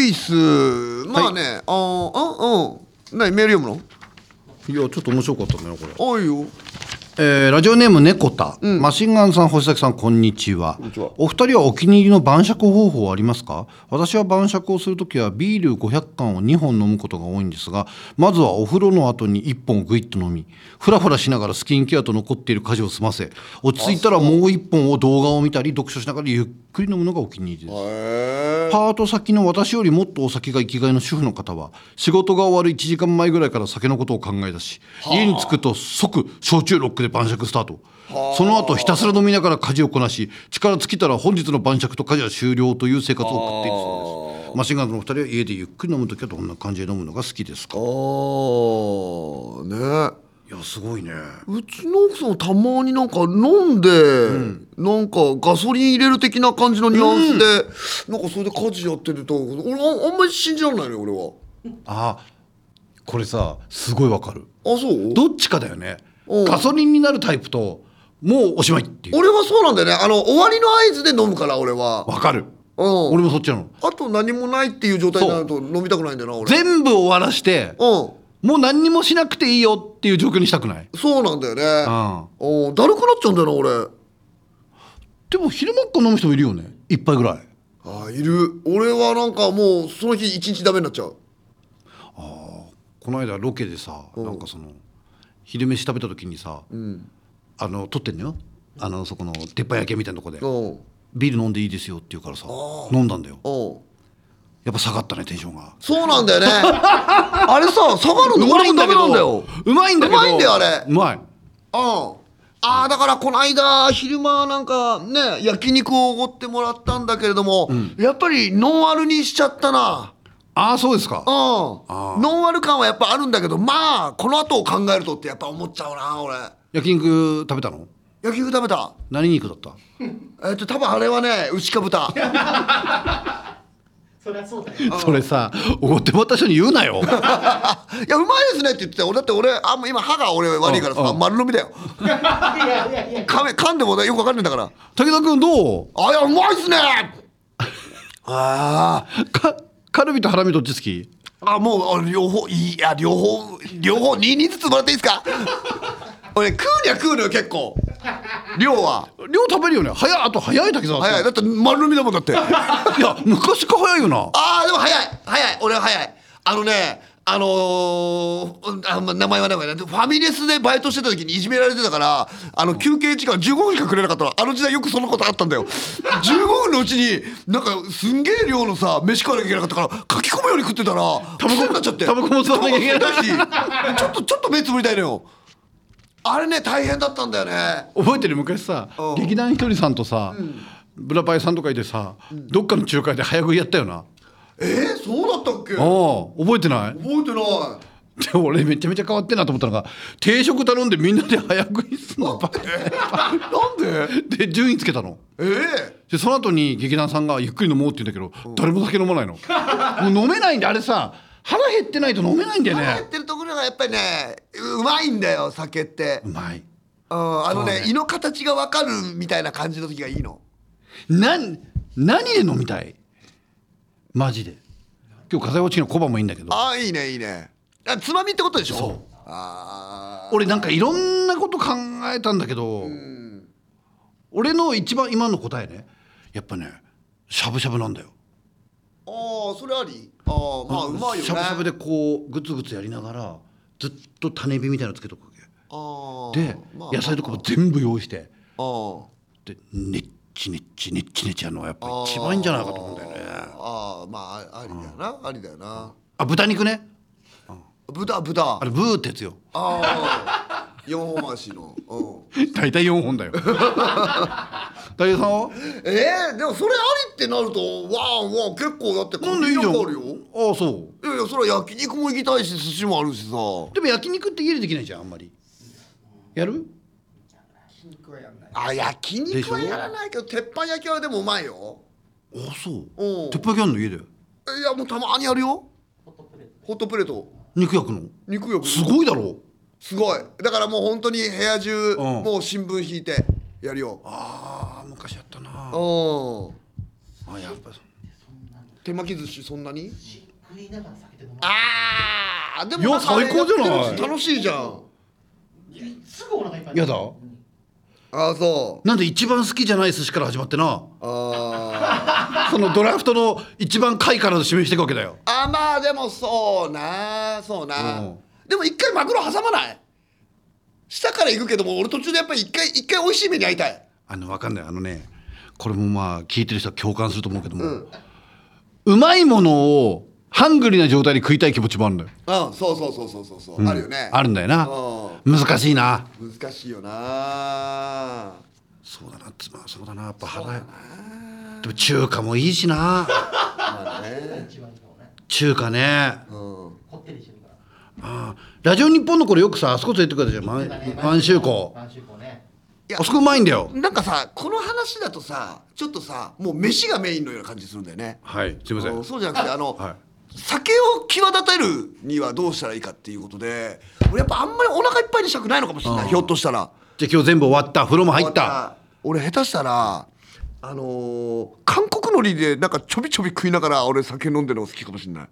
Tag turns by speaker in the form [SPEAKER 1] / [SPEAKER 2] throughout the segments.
[SPEAKER 1] イスまあね、あーうんうん何メール読むの
[SPEAKER 2] いやちょっと面白かったねこれ、
[SPEAKER 1] おいよ
[SPEAKER 2] えーラジオネーム猫田、マシンガンさん星崎さんこんにちは
[SPEAKER 1] にちは
[SPEAKER 2] お二人はお気に入りの晩酌方法はありますか私は晩酌をするときはビール500缶を2本飲むことが多いんですがまずはお風呂の後に1本グイッと飲みフラフラしながらスキンケアと残っている家事を済ませ落ち着いたらもう1本を動画を見たり読書しながらゆっくり飲むのがお気に入りです
[SPEAKER 1] へ
[SPEAKER 2] パート先の私よりもっとお酒が生きがいの主婦の方は仕事が終わる1時間前ぐらいから酒のことを考え出し家に着くと即焼酎ロックで晩酌スタートその後ひたすら飲みながら家事をこなし力尽きたら本日の晩酌と家事は終了という生活を送っているそうですマシンガンズのお二人は家でゆっくり飲む時はどんな感じで飲むのが好きですか
[SPEAKER 1] あーね
[SPEAKER 2] いやすごいね
[SPEAKER 1] うちの奥さんはたまになんか飲んで、なんかガソリン入れる的な感じのニュアンスで、なんかそれで家事やってると俺ああんまり信じられないね俺は
[SPEAKER 2] あこれさすごいわかる
[SPEAKER 1] あそう
[SPEAKER 2] どっちかだよね
[SPEAKER 1] うん
[SPEAKER 2] ガソリンになるタイプともうおしまいっていう
[SPEAKER 1] 俺はそうなんだよねあの終わりの合図で飲むから俺は
[SPEAKER 2] わかる
[SPEAKER 1] うん
[SPEAKER 2] 俺もそっちなの
[SPEAKER 1] あと何もないっていう状態になると飲みたくないんだよな俺
[SPEAKER 2] 全部終わらして
[SPEAKER 1] うん
[SPEAKER 2] もう何にもしなくていいよっていう状況にしたくない、
[SPEAKER 1] そうなんだよね
[SPEAKER 2] うん、
[SPEAKER 1] うんだるくなっちゃうんだよな俺
[SPEAKER 2] でも昼間っから飲む人もいるよね一杯ぐらい
[SPEAKER 1] あいる俺はなんかもうその日一日ダメになっちゃう
[SPEAKER 2] この間ロケでさなんかその昼飯食べた時にさ、
[SPEAKER 1] うん
[SPEAKER 2] あの撮ってんのよあのそこの鉄板焼けみたいなとこで
[SPEAKER 1] うん
[SPEAKER 2] ビール飲んでいいですよって言うからさ飲んだんだよ
[SPEAKER 1] うん
[SPEAKER 2] やっぱ下がったねテンションが
[SPEAKER 1] そうなん だよねあれさ下がるの俺もダメなんだよ
[SPEAKER 2] うまいんだけど
[SPEAKER 1] うまいんだよあれ
[SPEAKER 2] うまい
[SPEAKER 1] うんああだからこの間昼間なんかね焼肉をおごってもらったんだけれども、やっぱりノンアルにしちゃったな
[SPEAKER 2] ああそうですか
[SPEAKER 1] うん
[SPEAKER 2] あ
[SPEAKER 1] ノンアル感はやっぱあるんだけどまあこの後を考えるとってやっぱ思っちゃうな俺
[SPEAKER 2] 焼肉食べたの
[SPEAKER 1] 焼肉食べた
[SPEAKER 2] 何肉だった
[SPEAKER 1] えっと多分あれはね牛か豚
[SPEAKER 3] そりゃ そうだよ
[SPEAKER 2] それさおごってもらった人に言うなよ
[SPEAKER 1] いやうまいですねって言ってたよだって俺あもう今歯が俺悪いから
[SPEAKER 2] うん
[SPEAKER 1] さ
[SPEAKER 2] うん
[SPEAKER 1] 丸飲みだよ
[SPEAKER 3] いやいやいや
[SPEAKER 1] 噛め噛んでもねよくわかんないんだから
[SPEAKER 2] 武田君どう
[SPEAKER 1] あいやうまいっす ねあー
[SPEAKER 2] かカルビとハラミどっち好き
[SPEAKER 1] あもうあ両方いいや両方両方2人ずつもらっていいですか 俺食うには食うのよ結構量は
[SPEAKER 2] 量食べるよね早いあと早いだけさ
[SPEAKER 1] 早いだって丸飲みだもんだってあ
[SPEAKER 2] いや昔から早いよな
[SPEAKER 1] あでも早い早い俺は早いあのねあのーうんあま名前は名前だファミレスでバイトしてた時にいじめられてたからあの休憩時間15分しかくれなかったのあの時代よくそのことあったんだよ15分のうちになんかすんげえ量のさ飯食わなきゃいけなかったから書き込むように食ってたらタバコになっちゃって
[SPEAKER 2] タバコも吸わなきゃいけない
[SPEAKER 1] タバコ吸いたいしちょっとちょっと目つぶりたいのよあれね大変だったんだよね
[SPEAKER 2] 覚えてる昔さ
[SPEAKER 1] うん
[SPEAKER 2] 劇団ひとりさんとさ、ブラパイさんとかいてさ、どっかの仲介で早食いやったよな、
[SPEAKER 1] えー、そうだったっけ
[SPEAKER 2] あ
[SPEAKER 1] 覚
[SPEAKER 2] あ覚えてない
[SPEAKER 1] えてない
[SPEAKER 2] で俺めちゃめちゃ変わってんなと思ったのが定食頼んでみんなで早食いすんのバカ
[SPEAKER 1] なんで
[SPEAKER 2] で順位つけたの
[SPEAKER 1] ええ
[SPEAKER 2] でその後に劇団さんがゆっくり飲もうって言うんだけど、誰も酒飲まないのもう飲めないんであれさ腹減ってないと飲めないんだよ
[SPEAKER 1] やっ
[SPEAKER 2] ね
[SPEAKER 1] てるところがやっぱりねうまいんだよ酒って
[SPEAKER 2] う、まい
[SPEAKER 1] うん、あの
[SPEAKER 2] そう
[SPEAKER 1] ね
[SPEAKER 2] ね
[SPEAKER 1] 胃の形がわかるみたいな感じの時がいいの
[SPEAKER 2] なん何で飲みたいマジで今日風落ちの小判もいいんだけど
[SPEAKER 1] ああいいねいいねあつまみってことでしょ
[SPEAKER 2] そう
[SPEAKER 1] ああ
[SPEAKER 2] 俺なんかいろんなこと考えたんだけど、俺の一番今の答えねやっぱねしゃぶしゃぶなんだよ
[SPEAKER 1] あーそれありああまあうまいよね
[SPEAKER 2] しゃぶしゃぶでこうグツグツやりながらずっと種火みたいなのつけとくわけ
[SPEAKER 1] あ
[SPEAKER 2] で、野菜とかも全部用意して
[SPEAKER 1] あー
[SPEAKER 2] でねっちねっちねっちねっちやるのはやっぱ一番いいんじゃないかと思うんだよね
[SPEAKER 1] あーまあありだよな、ありだよな
[SPEAKER 2] あ豚肉ね
[SPEAKER 1] 豚豚あ
[SPEAKER 2] あれブーってやつよ
[SPEAKER 1] あー四本足の、うん、
[SPEAKER 2] 大体4本だ よ大丈さんは
[SPEAKER 1] えー、でもそれありってなるとわあわあ結構だって
[SPEAKER 2] なんでいいじゃん。
[SPEAKER 1] 活力あるよ
[SPEAKER 2] ああそう。
[SPEAKER 1] いやいやそれは焼肉も行きたいし寿司もあるしさ
[SPEAKER 2] でも焼肉って家でできないじゃんあんまり。やる？
[SPEAKER 3] 筋肉はやんない
[SPEAKER 1] あ焼
[SPEAKER 2] でし
[SPEAKER 1] 肉
[SPEAKER 2] ょ
[SPEAKER 1] はやらないけど鉄板焼きはでもうまいよ
[SPEAKER 2] ああそう
[SPEAKER 1] うん
[SPEAKER 2] 鉄板焼きあんの家で。
[SPEAKER 1] いやもうたまにやるよ
[SPEAKER 3] ホットプレート
[SPEAKER 1] ホットプレート
[SPEAKER 2] 肉焼くの？
[SPEAKER 1] 肉よく
[SPEAKER 2] すごいだろ。
[SPEAKER 1] すごいだからもう本当に部屋中、
[SPEAKER 2] ん
[SPEAKER 1] もう新聞引いてやるよ
[SPEAKER 2] ああ昔やった
[SPEAKER 1] う
[SPEAKER 2] な。
[SPEAKER 1] ん
[SPEAKER 2] あやっぱそう
[SPEAKER 3] そんなんだ
[SPEAKER 1] 手巻き寿司そんなに
[SPEAKER 3] し食いながら酒で飲む
[SPEAKER 1] ああでも
[SPEAKER 2] いや
[SPEAKER 1] なんかあれ
[SPEAKER 2] 最高じゃない
[SPEAKER 1] やってるうち楽しいじゃん
[SPEAKER 3] いやすぐお腹いっぱい
[SPEAKER 2] やだ
[SPEAKER 3] うん
[SPEAKER 1] ああそう
[SPEAKER 2] なんで一番好きじゃない寿司から始まってな
[SPEAKER 1] あー
[SPEAKER 2] そのドラフトの一番下位から指名していくわけだよ
[SPEAKER 1] あまあでもそうなそうな、
[SPEAKER 2] うん
[SPEAKER 1] でも一回マグロ挟まない下から行くけども俺途中でやっぱり一回一回美味しい目に会いたい
[SPEAKER 2] あのわかんないあのねこれもまあ聞いてる人は共感すると思うけども、うまいものをハングリーな状態で食いたい気持ちもあるんだよ、
[SPEAKER 1] うんそうそうそうそうそうそう、
[SPEAKER 2] うん
[SPEAKER 1] あるよね
[SPEAKER 2] あるんだよな
[SPEAKER 1] う
[SPEAKER 2] 難しいな
[SPEAKER 1] 難しいよな
[SPEAKER 2] そうだなつまあそうだなやっぱ腹でも中華もいいしな
[SPEAKER 1] まあね
[SPEAKER 3] 一番いいかもね
[SPEAKER 2] 中華ね
[SPEAKER 1] うん
[SPEAKER 3] こってりしてるから
[SPEAKER 2] ああラジオ日本の頃よくさあそこ連れてくれたじゃん
[SPEAKER 3] だね
[SPEAKER 2] 満満州港
[SPEAKER 3] 満州港ね
[SPEAKER 1] いや
[SPEAKER 2] あそこうまいんだよ
[SPEAKER 1] なんかさこの話だとさちょっとさもう飯がメインのような感じするんだよね
[SPEAKER 2] はいすいませ
[SPEAKER 1] あの
[SPEAKER 2] ん
[SPEAKER 1] そうじゃなくてあの、
[SPEAKER 2] は
[SPEAKER 1] 酒を際立てるにはどうしたらいいかっていうことで俺やっぱあんまりお腹いっぱいにしたくないのかもしれないひょっとしたら
[SPEAKER 2] じゃあ今日全部終わった風呂も入った
[SPEAKER 1] 俺下手したらあのー韓国のりでなんかちょびちょび食いながら俺酒飲んでるの好きかもしれない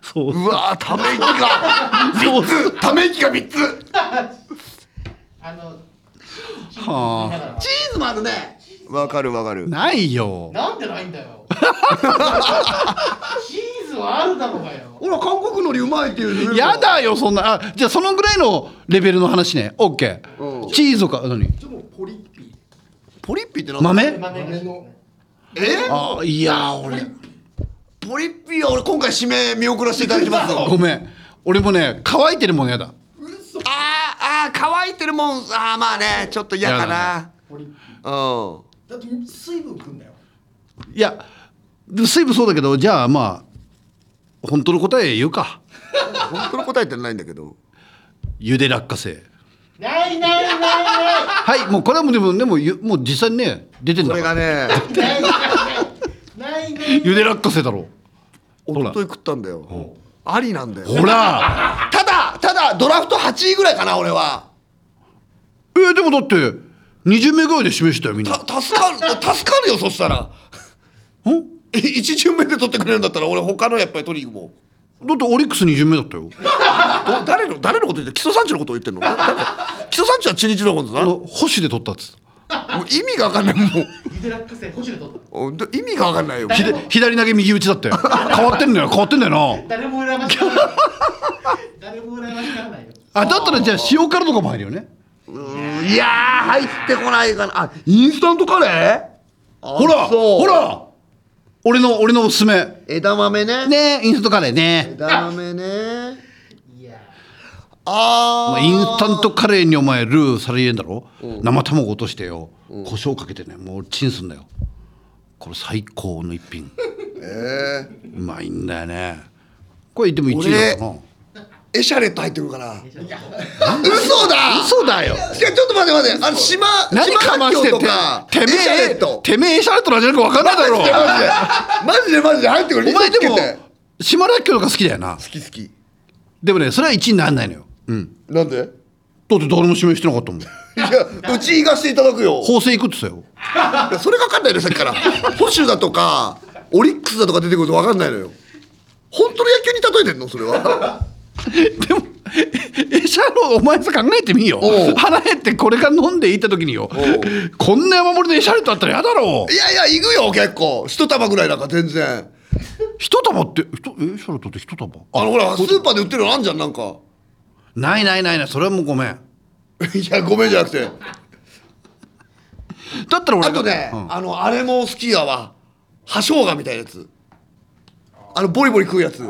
[SPEAKER 2] そう
[SPEAKER 1] うわーため息 が三つため息が3つ
[SPEAKER 3] あのチーズチーズ
[SPEAKER 2] はあ
[SPEAKER 3] 食いながら
[SPEAKER 1] チーズもあるねわかるわかる
[SPEAKER 2] ないよ
[SPEAKER 3] なんでないんだ よチーズはあるだろうがよ
[SPEAKER 1] ほら韓国のりうまいっていう
[SPEAKER 2] やだよそんなあじゃあそのぐらいのレベルの話ねオッケ
[SPEAKER 1] う
[SPEAKER 2] ー
[SPEAKER 1] ん
[SPEAKER 2] チーズか何
[SPEAKER 4] ちょっとポリッピ
[SPEAKER 1] ポリッピってなんだ
[SPEAKER 2] 豆
[SPEAKER 3] 豆が
[SPEAKER 4] 豆の
[SPEAKER 1] え
[SPEAKER 2] あーいやー俺
[SPEAKER 1] ポリッピは俺今回指名見送らせていただきます よ
[SPEAKER 2] ごめん俺もね乾いてるもんやだ
[SPEAKER 1] あーあー乾いてるもんあーまあねちょっと嫌かな
[SPEAKER 4] ポリッピ
[SPEAKER 1] うん
[SPEAKER 4] だって水分くんだよ
[SPEAKER 2] いやでも水分そうだけどじゃあまあ本当の答え言うか
[SPEAKER 1] 本当の答えってないんだけ ど
[SPEAKER 2] ゆで落花生
[SPEAKER 3] ないないないない
[SPEAKER 2] はいもうこれはもうでもでもゆもう実際にね出てん
[SPEAKER 1] こ
[SPEAKER 2] だ
[SPEAKER 1] れ
[SPEAKER 2] か
[SPEAKER 1] が
[SPEAKER 2] ら
[SPEAKER 1] ね
[SPEAKER 3] ないないないない
[SPEAKER 2] ゆで落花生だろ
[SPEAKER 1] 一昨日食ったんだよありなんだよ
[SPEAKER 2] ほら
[SPEAKER 1] ただただドラフト8位ぐらいかな俺は
[SPEAKER 2] えーでもだって20名ぐらいで示したよみんな
[SPEAKER 1] た助かる助かるよそしたら
[SPEAKER 2] ん
[SPEAKER 1] え一巡目で取ってくれるんだったら俺他のやっぱり取りに行くもん
[SPEAKER 2] だってオリックス20名だったよ
[SPEAKER 1] ど誰の誰のこと言ってる基礎産地のことを言ってんの誰基礎産地は中日ドラゴンズ
[SPEAKER 2] あ
[SPEAKER 1] なも
[SPEAKER 2] の星で取ったっつ
[SPEAKER 1] う意味がわかんないもう
[SPEAKER 3] ゆでラック星保守で取っ
[SPEAKER 1] おで意味がわかんないよ
[SPEAKER 2] ひで左投げ右打ちだって変わってんだよ変わってんだよな
[SPEAKER 3] た誰も羨ましがらない誰も羨ましがらないよ
[SPEAKER 2] あだったらじゃあ塩辛とかも入るよね
[SPEAKER 1] うーんいやー入ってこないかなあインスタントカレー
[SPEAKER 2] ほ
[SPEAKER 1] ほ
[SPEAKER 2] らほら俺の俺のおすすめ
[SPEAKER 1] 枝豆ね
[SPEAKER 2] ねインスタントカレーね
[SPEAKER 1] 枝豆ね
[SPEAKER 3] いや
[SPEAKER 1] あ
[SPEAKER 2] まあ、インスタントカレーにお前ルーされ入れんだろ、生卵落としてよ、胡椒かけてねもうチンすんだよこれ最高の一品
[SPEAKER 1] ええ
[SPEAKER 2] うまいんだよねこれでも1位だったな
[SPEAKER 1] エシャレット入ってくるかな
[SPEAKER 3] ーいや
[SPEAKER 1] 嘘だ
[SPEAKER 2] 嘘だよ
[SPEAKER 1] いやちょっと待って待ってあの島
[SPEAKER 2] 何
[SPEAKER 1] 島
[SPEAKER 2] かまして
[SPEAKER 1] 環境
[SPEAKER 2] ん
[SPEAKER 1] と
[SPEAKER 2] て
[SPEAKER 1] か
[SPEAKER 2] てめ
[SPEAKER 1] エシャレ
[SPEAKER 2] え
[SPEAKER 1] ット
[SPEAKER 2] てめえエシャレットなんじゃないか分かんないだろ
[SPEAKER 1] マジでマジでマジで入ってくる
[SPEAKER 2] お前で
[SPEAKER 1] 嘘
[SPEAKER 2] も
[SPEAKER 1] つけて
[SPEAKER 2] 島らっきょうとか好きだよな
[SPEAKER 1] 好き好き
[SPEAKER 2] でもねそれは1位にならないのよ、うん、
[SPEAKER 1] なんで
[SPEAKER 2] だって誰も指名してなかっ たもん
[SPEAKER 1] いやうち行かせていただくよ
[SPEAKER 2] 法政行くって言ってたよ
[SPEAKER 1] いやそれが分かんないのよさっきから保守だとかオリックスだとか出てくると分かんないのよ本当の野球に例えてんのそれは
[SPEAKER 2] でもえエシャロお前さ考えてみよ
[SPEAKER 1] おう
[SPEAKER 2] 腹減ってこれから飲んでいった時によ
[SPEAKER 1] う
[SPEAKER 2] こんな山盛りのエシャレットあったらやだろ
[SPEAKER 1] いやいや行くよ結構一束ぐらいなんか全然
[SPEAKER 2] 一束ってひとえエシャレットって一束
[SPEAKER 1] あのほらスーパーで売ってるのあんじゃんなんか
[SPEAKER 2] ないないないないそれはもうごめん
[SPEAKER 1] いやごめんじゃなくて
[SPEAKER 2] だったら俺
[SPEAKER 1] あ
[SPEAKER 2] が
[SPEAKER 1] とね、
[SPEAKER 2] うん
[SPEAKER 1] あのあれも好きやわ葉生姜みたいなやつあのボリボリ食うやつ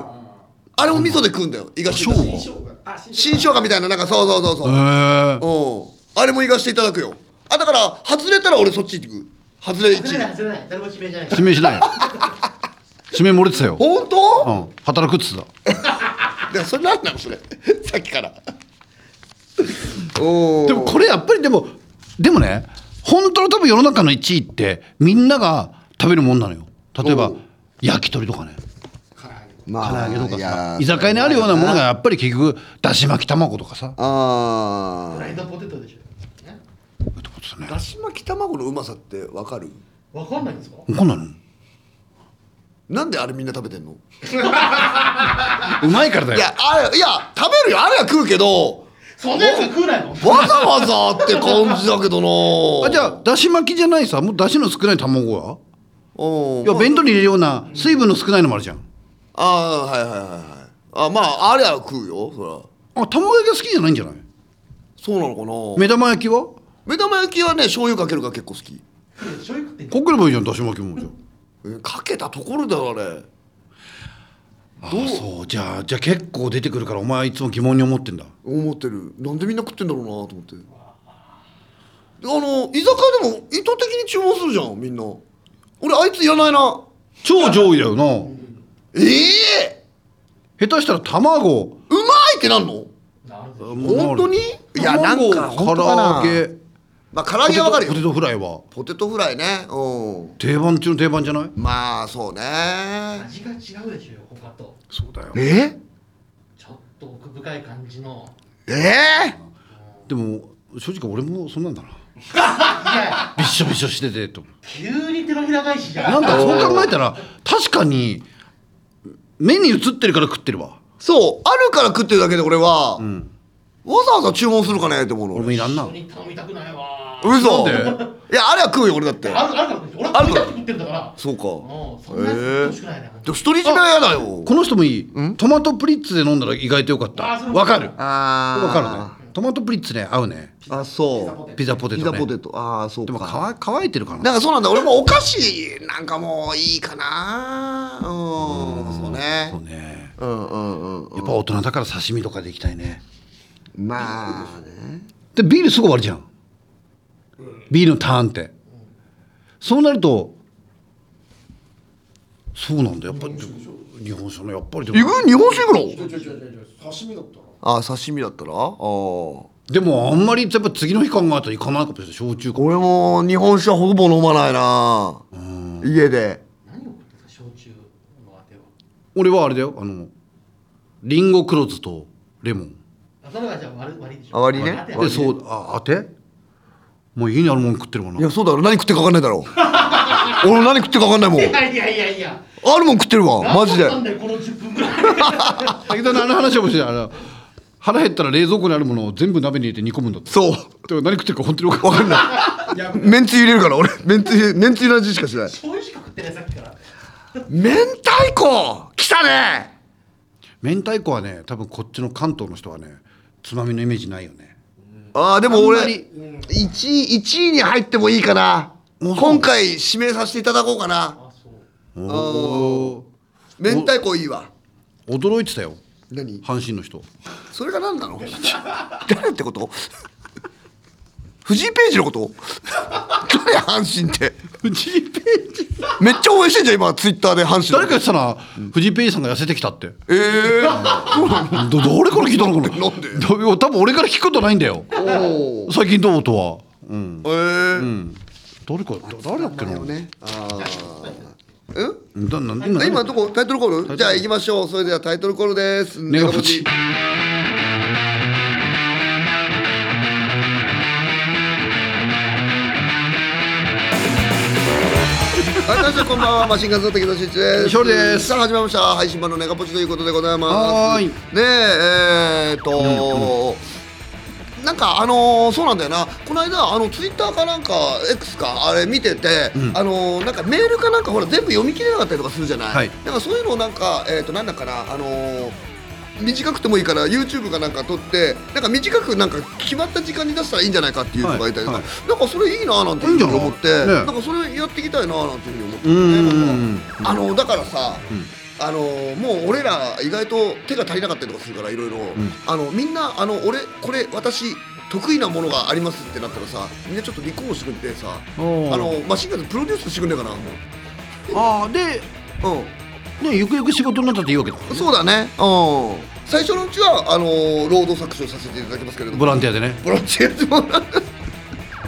[SPEAKER 1] あれも味噌で食うんだよいかして
[SPEAKER 2] 生姜
[SPEAKER 4] 生姜あ新
[SPEAKER 1] 新生姜みたいななんかそうそうそうそう、
[SPEAKER 2] へえ
[SPEAKER 1] うんあれもいかしていただくよあだから外れたら俺そっち行く外れ
[SPEAKER 3] 外
[SPEAKER 1] 1
[SPEAKER 3] れない外れない誰も指名じゃない
[SPEAKER 2] 指名しない 指名漏れてたよ、
[SPEAKER 1] 本当、
[SPEAKER 2] うん、働くっつってた
[SPEAKER 1] でもそれなんなのそれさっきからお
[SPEAKER 2] でもこれやっぱりでもでもね本当の多分世の中の1位ってみんなが食べるもんなのよ例えば
[SPEAKER 1] おう
[SPEAKER 2] 焼き鳥とかね
[SPEAKER 4] 唐揚げ
[SPEAKER 1] ま
[SPEAKER 2] 唐揚げとかさ居酒屋にあるようなものがやっぱり結局だし巻き卵とかさ
[SPEAKER 1] あ
[SPEAKER 3] フライ
[SPEAKER 1] ー
[SPEAKER 3] ドポテトでしょね
[SPEAKER 2] えと思ってたね
[SPEAKER 1] だし巻き卵のうまさってわかる
[SPEAKER 3] わかんないんですか
[SPEAKER 2] こんなのう
[SPEAKER 1] なんであれみんな食べてんの
[SPEAKER 2] まいからだ
[SPEAKER 1] い
[SPEAKER 2] よ
[SPEAKER 1] やあれいや食べるよあれは食うけど
[SPEAKER 3] そんなやつが食うないの
[SPEAKER 1] わざわざって感じだけどな
[SPEAKER 2] あじゃあだし巻きじゃないさもうだしの少ない卵は
[SPEAKER 1] うん
[SPEAKER 2] いや
[SPEAKER 1] まあ
[SPEAKER 2] 弁当に入れるような水分の少ないのもあるじゃん
[SPEAKER 1] ああはいはいはいはいあまああれは食うよそら
[SPEAKER 2] あ卵焼きは好きじゃないんじゃない
[SPEAKER 1] そうなのかな
[SPEAKER 2] 目玉焼きは
[SPEAKER 1] 目玉焼きはね醤油かけるが結構好き
[SPEAKER 3] 醤油食ってんの
[SPEAKER 2] こければいいじゃんだし巻きもじゃ
[SPEAKER 1] えかけたところだよあれ
[SPEAKER 2] ああそうじゃあじゃあ結構出てくるからお前はいつも疑問に思ってんだ
[SPEAKER 1] 思ってるなんでみんな食ってんだろうなと思ってであの居酒屋でも意図的に注文するじゃんみんな俺あいついらないな
[SPEAKER 2] 超上位だよな
[SPEAKER 1] ええ
[SPEAKER 2] 下手したら卵
[SPEAKER 1] うまいってなんの
[SPEAKER 3] なるほど
[SPEAKER 1] 本当にいやなんか
[SPEAKER 2] 唐
[SPEAKER 1] 本当か
[SPEAKER 2] 揚
[SPEAKER 1] な
[SPEAKER 2] げ
[SPEAKER 1] まあ唐揚げはわかるよ
[SPEAKER 2] ポテトフライは
[SPEAKER 1] ポテトフライねう
[SPEAKER 2] 定番中の定番じゃない
[SPEAKER 1] んまあそうね
[SPEAKER 3] 味が違うでしょうよ他と
[SPEAKER 2] そうだよ
[SPEAKER 1] え
[SPEAKER 3] ちょっと奥深い感じの
[SPEAKER 1] ええ
[SPEAKER 2] でも正直俺もそんなんだない
[SPEAKER 3] や
[SPEAKER 2] びっしょびっしょしててと思う
[SPEAKER 3] 急に手のひら返しじゃん
[SPEAKER 2] なんかそう考えたら確かに目に映ってるから食ってるわ
[SPEAKER 1] そうあるから食ってるだけで俺は、
[SPEAKER 2] ん
[SPEAKER 1] わざわざ注文するかねって思うの
[SPEAKER 2] 俺もいらんな
[SPEAKER 3] 人に頼みたくないわある
[SPEAKER 1] 嘘
[SPEAKER 2] なん
[SPEAKER 1] いやあれは食うよ俺だって
[SPEAKER 3] あるから食ってる俺は食いたくて食ってるんだから
[SPEAKER 1] そうか
[SPEAKER 3] もうそんなやつ食ってほしくないね
[SPEAKER 1] でも独り占めは嫌だよ
[SPEAKER 2] この人もいいトマトプリッツで飲んだら意外とよかった
[SPEAKER 3] あそう
[SPEAKER 2] わかる
[SPEAKER 1] あ
[SPEAKER 2] わかるねトマトプリッツね合うね
[SPEAKER 1] るあそ
[SPEAKER 3] ポテ
[SPEAKER 2] ピザポ
[SPEAKER 1] う
[SPEAKER 2] テ
[SPEAKER 1] ピ
[SPEAKER 2] ト
[SPEAKER 1] ザ
[SPEAKER 2] ね
[SPEAKER 1] ポテトああそう
[SPEAKER 2] で
[SPEAKER 1] か
[SPEAKER 2] も乾乾いてるか
[SPEAKER 1] な
[SPEAKER 2] なん
[SPEAKER 1] かそうなんだ俺もお菓子なんかもういいかなうんそうね
[SPEAKER 2] そうね
[SPEAKER 1] うんうんうんうん
[SPEAKER 2] やっぱ大人だから刺身とかでいきたいね
[SPEAKER 1] まあね
[SPEAKER 2] でビールすぐ終わるじゃんビールのターンってそうなるとそうなんだやっぱり日本酒のやっぱりで
[SPEAKER 1] 意
[SPEAKER 2] も
[SPEAKER 1] 外に日本酒いくの
[SPEAKER 4] ちょちょちょちょ刺身だったら
[SPEAKER 1] あ刺身だったらああ
[SPEAKER 2] でもあんまりやっぱ次の日考えたらいかないかもしれない焼酎か
[SPEAKER 1] 俺も日本酒はほぼ飲まないな家で
[SPEAKER 3] 何を食ってた焼酎のあては
[SPEAKER 2] 俺はあれだよあのリンゴ黒酢とレモン
[SPEAKER 3] あそれがじゃあ割り割りでし
[SPEAKER 1] あ
[SPEAKER 3] ょ
[SPEAKER 1] 割りね
[SPEAKER 3] あて
[SPEAKER 1] 割
[SPEAKER 2] で
[SPEAKER 1] り
[SPEAKER 2] そううあ当てもう家にあるもん食ってるもん
[SPEAKER 1] い
[SPEAKER 2] な
[SPEAKER 1] やそうだろ何食ってか分かんないだろ 俺何食ってか分かんないもん
[SPEAKER 3] いやいやいやいや
[SPEAKER 1] あるもん食ってるわマジで
[SPEAKER 3] なんだよこの10分ぐらい
[SPEAKER 2] 先ほどのあの話はもしれないあの腹減ったら冷蔵庫にあるものを全部鍋に入れて煮込むんだって
[SPEAKER 1] そう
[SPEAKER 2] でも何食ってるか本当に分かんない
[SPEAKER 4] いや
[SPEAKER 1] めんつゆ入れるから俺めんつゆめんつゆの味しかしない
[SPEAKER 3] 醤油しか食ってないさっきから
[SPEAKER 1] 明太子来たね
[SPEAKER 2] 明太子はね多分こっちの関東の人はねつまみのイメージないよね
[SPEAKER 1] あーでも
[SPEAKER 2] あんま
[SPEAKER 1] 俺
[SPEAKER 2] り
[SPEAKER 1] 1位一位に入ってもいいかな
[SPEAKER 2] うん
[SPEAKER 1] 今回指名させていただこうかな
[SPEAKER 3] あそう
[SPEAKER 2] おお
[SPEAKER 1] 明太子いいわ
[SPEAKER 2] 驚いてたよ
[SPEAKER 1] 何
[SPEAKER 2] 阪神の人
[SPEAKER 1] それが何なの誰ってこと藤井ページのこと誰阪神って
[SPEAKER 2] 藤井ページ
[SPEAKER 1] めっちゃ応援してんじゃん今ツイッターで阪神
[SPEAKER 2] 誰か言ってたな、藤井ページさんが痩せてきたって
[SPEAKER 1] ええ
[SPEAKER 2] ど誰から聞いたのかな
[SPEAKER 1] なんで
[SPEAKER 2] で多分俺から聞くことないんだよ
[SPEAKER 1] おお
[SPEAKER 2] 最近どうとは、うん、
[SPEAKER 1] ええ
[SPEAKER 2] 誰か誰だっけ
[SPEAKER 1] だよ
[SPEAKER 2] な、
[SPEAKER 1] ねああうん
[SPEAKER 2] だな今
[SPEAKER 1] 今どこタイトルコールじゃあ行きましょうそれではタイトルコールです
[SPEAKER 2] ネガポジ
[SPEAKER 1] はい、皆さんこんばんは、マシンガンズの滝野真一です。
[SPEAKER 2] 勝利です
[SPEAKER 1] さあ、始まりました。配信版のネガポジということでございます。
[SPEAKER 2] はーい
[SPEAKER 1] ねえ、えー、っと。なんかあのーそうなんだよなこの間あのツイッターかなんか X かあれ見てて、あのーなんかメールかなんかほら全部読み切れなかったりとかするじゃない、
[SPEAKER 2] はい
[SPEAKER 1] なんかそういうのをなんかえっ、となんだかなあのー短くてもいいから YouTube かなんか撮ってなんか短くなんか決まった時間に出したらいいんじゃないかっていう人がいたりとか、
[SPEAKER 2] はいは
[SPEAKER 1] なんかそれいいなーなんていうふうに思って
[SPEAKER 2] いいんじゃないね
[SPEAKER 1] なんかそれやっていきたいなーなんていうふうに思って
[SPEAKER 2] う
[SPEAKER 1] る
[SPEAKER 2] ん
[SPEAKER 1] ね
[SPEAKER 2] うん
[SPEAKER 1] な
[SPEAKER 2] うんん
[SPEAKER 1] かあのだからさ、あのもう俺ら意外と手が足りなかったりとかするからいろいろ、あのみんなあの俺これ私得意なものがありますってなったらさみんなちょっと立候補してくれてさあ
[SPEAKER 2] おー
[SPEAKER 1] のマシンガンズプロデュースしてくんねえかなもう
[SPEAKER 2] ああで、
[SPEAKER 1] う
[SPEAKER 2] ね、ゆくゆく仕事になったっていいわけだ
[SPEAKER 1] ん、そうだねうん最初のうちはあの労働搾取をさせていただきますけれども
[SPEAKER 2] ボランティアでね
[SPEAKER 1] ボランティアでもな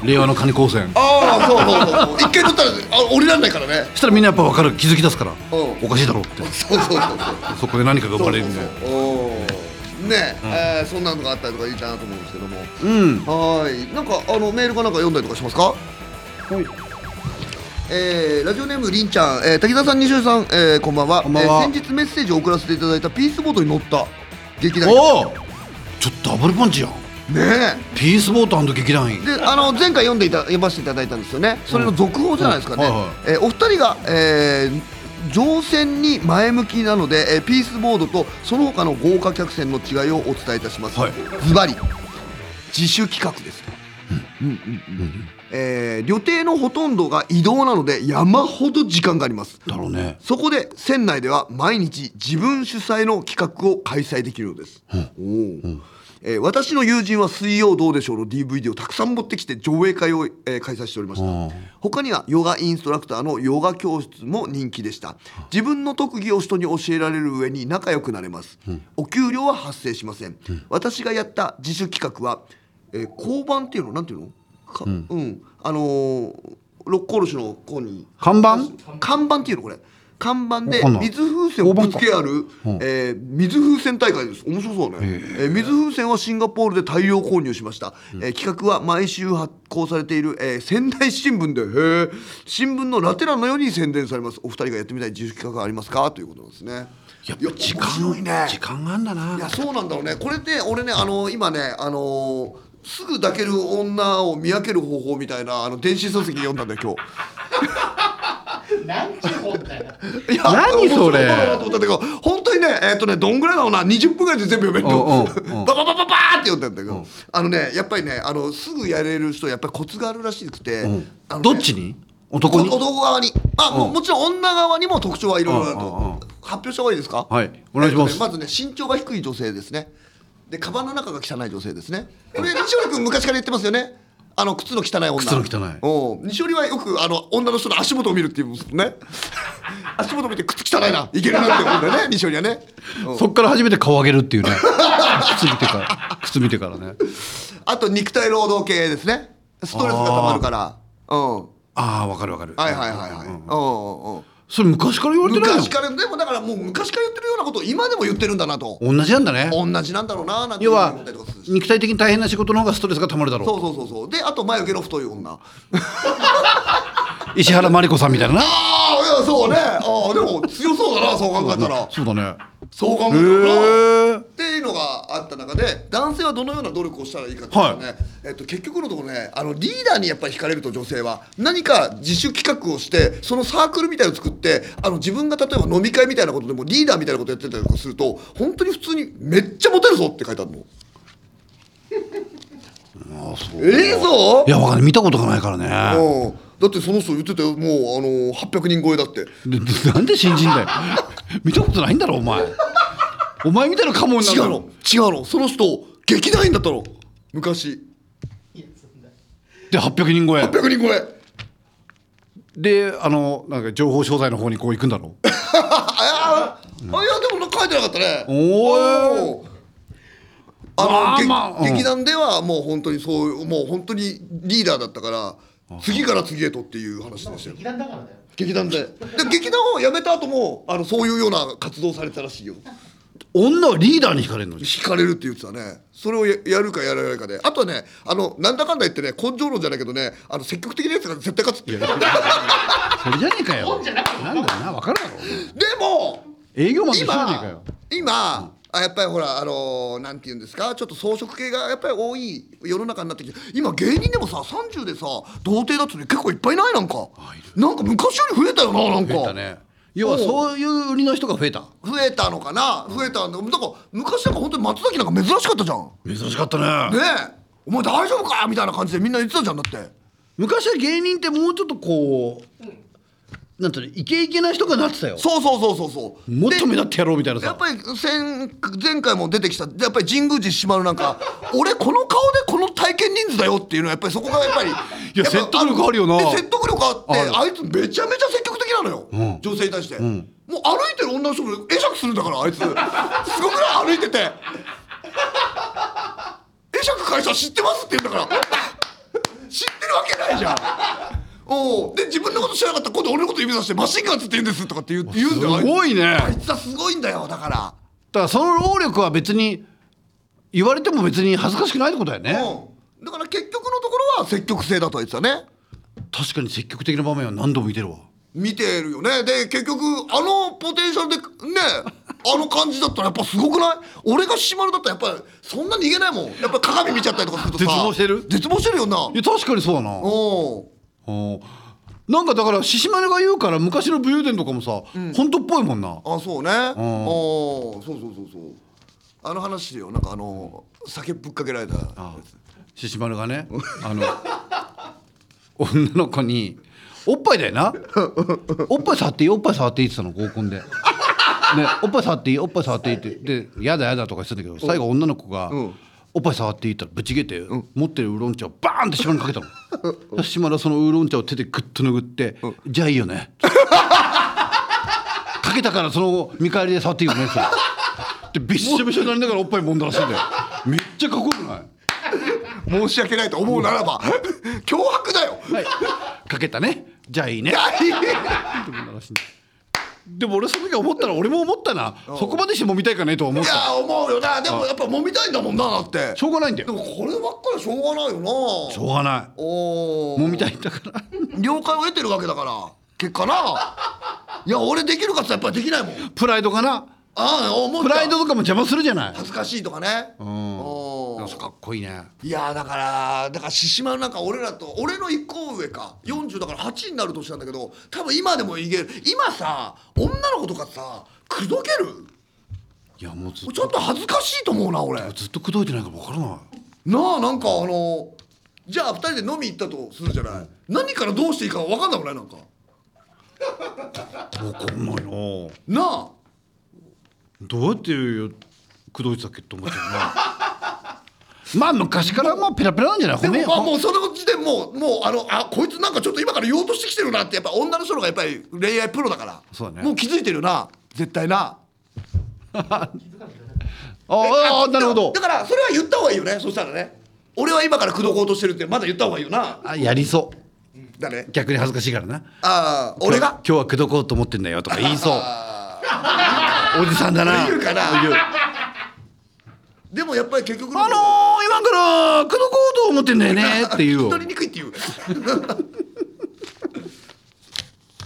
[SPEAKER 2] 令和の金高専
[SPEAKER 1] ああそうそうそうそう 一回取ったらあ降りられないからね
[SPEAKER 2] したらみんなやっぱ分かる気づき出すから
[SPEAKER 1] うん
[SPEAKER 2] おかしいだろうって
[SPEAKER 1] そうそうそうそう
[SPEAKER 2] そこで何かが生まれるんだ
[SPEAKER 1] そうそ
[SPEAKER 2] よ
[SPEAKER 1] うそうおーねえーそんなのがあったりとかいいかなと思うんですけども
[SPEAKER 2] うん
[SPEAKER 1] はーいなんかあのメールかなんか読んだりとかしますか
[SPEAKER 2] はい
[SPEAKER 1] えーラジオネームりんちゃん、えー滝沢さん西尾さん、えーこんばんは
[SPEAKER 2] こんばんは
[SPEAKER 1] えー先日メッセージを送らせていただいたピースボートに乗った劇団員
[SPEAKER 2] おおちょっとダブルパンチやん
[SPEAKER 1] ね
[SPEAKER 2] ピースボート劇団員
[SPEAKER 1] えであの前回読んでいた読ませていただいたんですよねそれの続報じゃないですかね、
[SPEAKER 2] うんはいはい
[SPEAKER 1] えーお二人が、えー乗船に前向きなので、えーピースボードとその他の豪華客船の違いをお伝えいたします、
[SPEAKER 2] はい
[SPEAKER 1] ズバリ自主企画ですえー旅程のほとんどが移動なので山ほど時間があります
[SPEAKER 2] だろうね
[SPEAKER 1] そこで船内では毎日自分主催の企画を開催できるのです、おおえー私の友人は「水曜どうでしょう」の DVD をたくさん持ってきて上映会を、えー開催しておりました、
[SPEAKER 2] うん
[SPEAKER 1] 他にはヨガインストラクターのヨガ教室も人気でした自分の特技を人に教えられる上に仲良くなれます、お給料は発生しません、私がやった自主企画は、えー、交番っていうのなんていうのかうん、あのー六甲おろしの子に
[SPEAKER 2] 看板
[SPEAKER 1] 看板っていうのこれ看板で
[SPEAKER 2] わかんない
[SPEAKER 1] 水風船をぶつけある、えー水風船大会です面白そうね、えー水風船はシンガポールで大量購入しました、えー企画は毎週発行されている、えー仙台新聞でへー新聞のラテ欄のように宣伝されますお二人がやってみたい自主企画はありますかということなんですね
[SPEAKER 2] やっ
[SPEAKER 1] いや
[SPEAKER 2] ぱ時
[SPEAKER 1] 面白い
[SPEAKER 2] 間
[SPEAKER 1] ね
[SPEAKER 2] 時間があんだない
[SPEAKER 1] やそうなんだろうねこれって俺ねあの今ねあのすぐ抱ける女を見分ける方法みたいなあの電子書籍読んだんだよ今日
[SPEAKER 3] なんちゅう本だよ。
[SPEAKER 1] いや
[SPEAKER 2] 何それ
[SPEAKER 1] 面白いなと思ったんだけど本当にねえっ、とねどんぐらいだろうな20分ぐらいで全部読める
[SPEAKER 2] おうお
[SPEAKER 1] の
[SPEAKER 2] うおう
[SPEAKER 1] バババババーって読んだんだけど、あのねやっぱりねあのすぐやれる人やっぱりコツがあるらしくて、あのね
[SPEAKER 2] どっちに男に
[SPEAKER 1] こ男側にあもうもちろん女側にも特徴はいろいろある
[SPEAKER 2] うんうんうん
[SPEAKER 1] と発表した方がいいですか
[SPEAKER 2] はいお願いします
[SPEAKER 1] えっとねまずね身長が低い女性ですねでカバンの中が汚い女性ですねこれ西堀君昔から言ってますよねあの靴の汚い女
[SPEAKER 2] 靴の汚い
[SPEAKER 1] おう西堀はよくあの女の人の足元を見るっていうんです ね足元見て靴汚いないけるなって思うんだ よね西堀はねおう
[SPEAKER 2] そっから初めて顔上げるっていうね靴見てから靴見てからね
[SPEAKER 1] あと肉体労働系ですねストレスがたまるからうん
[SPEAKER 2] ああわかるわかる
[SPEAKER 1] はいはいはいはい、
[SPEAKER 2] うんうん
[SPEAKER 1] うんうんうん
[SPEAKER 2] それ昔から言われてないの
[SPEAKER 1] 昔からでもだからもう昔から言ってるようなことを今でも言ってるんだなと
[SPEAKER 2] 同じなんだね
[SPEAKER 1] 同じなんだろうななんて
[SPEAKER 2] 要は
[SPEAKER 1] 思ったりとかするし
[SPEAKER 2] 肉体的に大変な仕事の方がストレスがたまるだ
[SPEAKER 1] そ
[SPEAKER 2] ろ
[SPEAKER 1] うそうそうそうであと眉毛の太い女あ
[SPEAKER 2] う石原真理子さんみたいなな
[SPEAKER 1] あいやそうねああでも強そうだなそう考えたら
[SPEAKER 2] そうだね
[SPEAKER 1] そう考え
[SPEAKER 2] へ
[SPEAKER 1] たら
[SPEAKER 2] え
[SPEAKER 1] っていうのがあった中で男性はどのような努力をしたらいいかっていうとね、えっと、結局のところねあのリーダーにやっぱり惹かれると女性は何か自主企画をしてそのサークルみたいのを作ってあの自分が例えば飲み会みたいなことでもリーダーみたいなことやってたりとかすると本当に普通にめっちゃモテるぞって書いてあるの。
[SPEAKER 2] あそう
[SPEAKER 1] ええぞ
[SPEAKER 2] いやわかんない見たことがないからね
[SPEAKER 1] うんだってその人言ってたよもうあの800人超えだって
[SPEAKER 2] ででなんで新人 だよ見たことないんだろお前お前みたいなカモにな
[SPEAKER 1] 違
[SPEAKER 2] る
[SPEAKER 1] うの違うのその人劇団員だったの昔
[SPEAKER 3] いやそんな
[SPEAKER 2] で800人超え
[SPEAKER 1] 800人超え
[SPEAKER 2] であのなんか情報商材の方にこう行くんだろう
[SPEAKER 1] あああいやでもなんか書いてなかったね
[SPEAKER 2] おー
[SPEAKER 1] おーあの、
[SPEAKER 2] まあ
[SPEAKER 1] 劇
[SPEAKER 2] まあうん
[SPEAKER 1] 劇団ではもう本当にそういうもう本当にリーダーだったから次から次へとっていう話でしたよ
[SPEAKER 3] 劇団だからだよ。
[SPEAKER 1] 劇団でで劇団を辞めた後もあのそういうような活動されてたらしいよ
[SPEAKER 2] 女はリーダーに惹かれるのに
[SPEAKER 1] 惹かれるって言ってたねそれをややるかやらないかであとはねあのなんだかんだ言ってね根性論じゃないけどねあの積極的なやつが絶対勝つっていうで
[SPEAKER 2] それじゃねえかよ
[SPEAKER 3] 本じゃなくて
[SPEAKER 2] なんだよな分かるだろ
[SPEAKER 1] も
[SPEAKER 2] 営業マンと一緒じゃねえか
[SPEAKER 1] 今
[SPEAKER 2] よ
[SPEAKER 1] 今あやっぱりほらあのーなんて言うんですかちょっと装飾系がやっぱり多い世の中になってきて今芸人でもさ30でさ童貞だって結構いっぱいないなんかなんか昔より増えたよななんか
[SPEAKER 2] 増えたね要はそういう売りの人が増えた
[SPEAKER 1] 増えたのかな増えたんだだから昔なんか本当に松崎なんか珍しかったじゃん
[SPEAKER 2] 珍しかったね
[SPEAKER 1] ねえお前大丈夫かみたいな感じでみんな言ってたじゃんだって。
[SPEAKER 2] 昔は芸人ってもうちょっとこうなんていうのイケイケな人がなってたよ
[SPEAKER 1] そうそうそうそうそう
[SPEAKER 2] もっと
[SPEAKER 1] で
[SPEAKER 2] 目立ってやろうみたいな
[SPEAKER 1] やっ
[SPEAKER 2] さ
[SPEAKER 1] ぱり先前回も出てきたやっぱり神宮寺島のなんか 俺この顔でこの体験人数だよっていうのはやっぱりそこがやっぱりい
[SPEAKER 2] や説得力あるよな
[SPEAKER 1] 説得力あって
[SPEAKER 2] ある
[SPEAKER 1] あいつめちゃめちゃ積極的なのよ、
[SPEAKER 2] ん
[SPEAKER 1] 女性に対して、もう歩いてる女の人も会釈するんだからあいつすごくない歩いてて会釈会社知ってますって言うんだから知ってるわけないじ ゃんおうで自分のこと知らなかったら今度俺のこと指さしてマシンガンズって言うんですとかって言う言うん
[SPEAKER 2] す
[SPEAKER 1] だよあいつ
[SPEAKER 2] ごいねだ
[SPEAKER 1] あい
[SPEAKER 2] か
[SPEAKER 1] つはすごいんだよだから
[SPEAKER 2] らその労力は別に言われても別に恥ずかしくないってことだよね、
[SPEAKER 1] うん、だから結局のところは積極性だとは言ってたね
[SPEAKER 2] 確かに積極的な場面は何度も見てるわ
[SPEAKER 1] 見てるよねで結局あのポテンシャルでねあの感じだったらやっぱすごくない俺が閉まるだったらやっぱりそんな逃げないもんやっぱ鏡見ちゃったりとかするとさ
[SPEAKER 2] 絶望してる
[SPEAKER 1] 絶望してるよない
[SPEAKER 2] や確かにそうだな
[SPEAKER 1] お
[SPEAKER 2] うんなんかだから獅子丸が言うから昔の武勇伝とかもさ、本当っぽいもんな
[SPEAKER 1] あそうね
[SPEAKER 2] う
[SPEAKER 1] おそうそうそうそうあの話よなんかあの酒ぶっかけられたやつ
[SPEAKER 2] 獅子丸がねあの女の子に「おっぱいだよなおっぱい触っていいおっぱい触っていい」って言ったの合コンで。ね、おっぱい触っていいおっぱい触っていいってで「やだやだ」とかしてたけど最後女の子が
[SPEAKER 1] ん
[SPEAKER 2] 「おっぱい触っていい」って言ったらぶち切れて、持ってるウーロン茶をバーンって島にかけたのそしたら島田はそのウーロン茶を手でグッと拭って「じゃあいいよね」かけたからその後見返りで触っていいよね」ってでびっしょびしょになりながらおっぱい揉んだらしいんだよめっちゃかっこよくない
[SPEAKER 1] 申し訳ないと思うならば脅迫だよ
[SPEAKER 2] はい、かけたねじゃあいいねって思ったらしいんだでも俺その時思ったら俺も思ったなそこまでしてもみたいかねとは思っ
[SPEAKER 1] い
[SPEAKER 2] た
[SPEAKER 1] や思うよなでもやっぱ揉みたいんだもんなだって
[SPEAKER 2] しょうがないんだ
[SPEAKER 1] で
[SPEAKER 2] よ
[SPEAKER 1] もこればっかりはしょうがないよな
[SPEAKER 2] しょうがな
[SPEAKER 1] お
[SPEAKER 2] い
[SPEAKER 1] ー
[SPEAKER 2] もみたいんだから
[SPEAKER 1] 了解を得てるわけだから結果ないや俺できるかって言ったらやっぱりできないもん
[SPEAKER 2] プライドかな
[SPEAKER 1] ああ思っ
[SPEAKER 2] プ
[SPEAKER 1] た
[SPEAKER 2] ライドとかも邪魔するじゃない
[SPEAKER 1] 恥ずかしいとかね
[SPEAKER 2] うん
[SPEAKER 1] おー
[SPEAKER 2] なんかかっこいいね
[SPEAKER 1] いやーだからだから獅子丸なんか俺らと俺の一個上か40だから8になる年なんだけど多分今でもいける今さ女の子とかさ口説ける
[SPEAKER 2] いやもうずっ
[SPEAKER 1] ちょっと恥ずかしいと思うな俺
[SPEAKER 2] とずっと口説いてないから分からない
[SPEAKER 1] なあなんかあのじゃあ2人で飲み行ったとするじゃない、何からどうしていいか分かんなくないなんか
[SPEAKER 2] 分かんないなど
[SPEAKER 1] なあ
[SPEAKER 2] うやって口説いてたっけって思っちゃうな まあ昔からまあペラペラなんじゃない
[SPEAKER 1] で
[SPEAKER 2] 褒め
[SPEAKER 1] もまあ
[SPEAKER 2] よ
[SPEAKER 1] もうその時点もうもうあのあこいつなんかちょっと今から言おうとしてきてるなってやっぱ女の人の方がやっぱり恋愛プロだから
[SPEAKER 2] そうだね
[SPEAKER 1] もう気づいてるよな絶対な
[SPEAKER 2] ああなるほど
[SPEAKER 1] だからそれは言った方がいいよねそしたらね俺は今から口説こうとしてるってまだ言った方がいいよな
[SPEAKER 2] あやりそう
[SPEAKER 1] だね
[SPEAKER 2] 逆に恥ずかしいからな
[SPEAKER 1] ああ俺が
[SPEAKER 2] 今日は口説こうと思ってんだよとか言いそうおじさんだな
[SPEAKER 1] 言うかな
[SPEAKER 2] 言う
[SPEAKER 1] でもやっぱり結局
[SPEAKER 2] あのー、今から口説こうと思ってんだよねって言
[SPEAKER 1] 聞き
[SPEAKER 2] うよ
[SPEAKER 1] 取りにくいっていう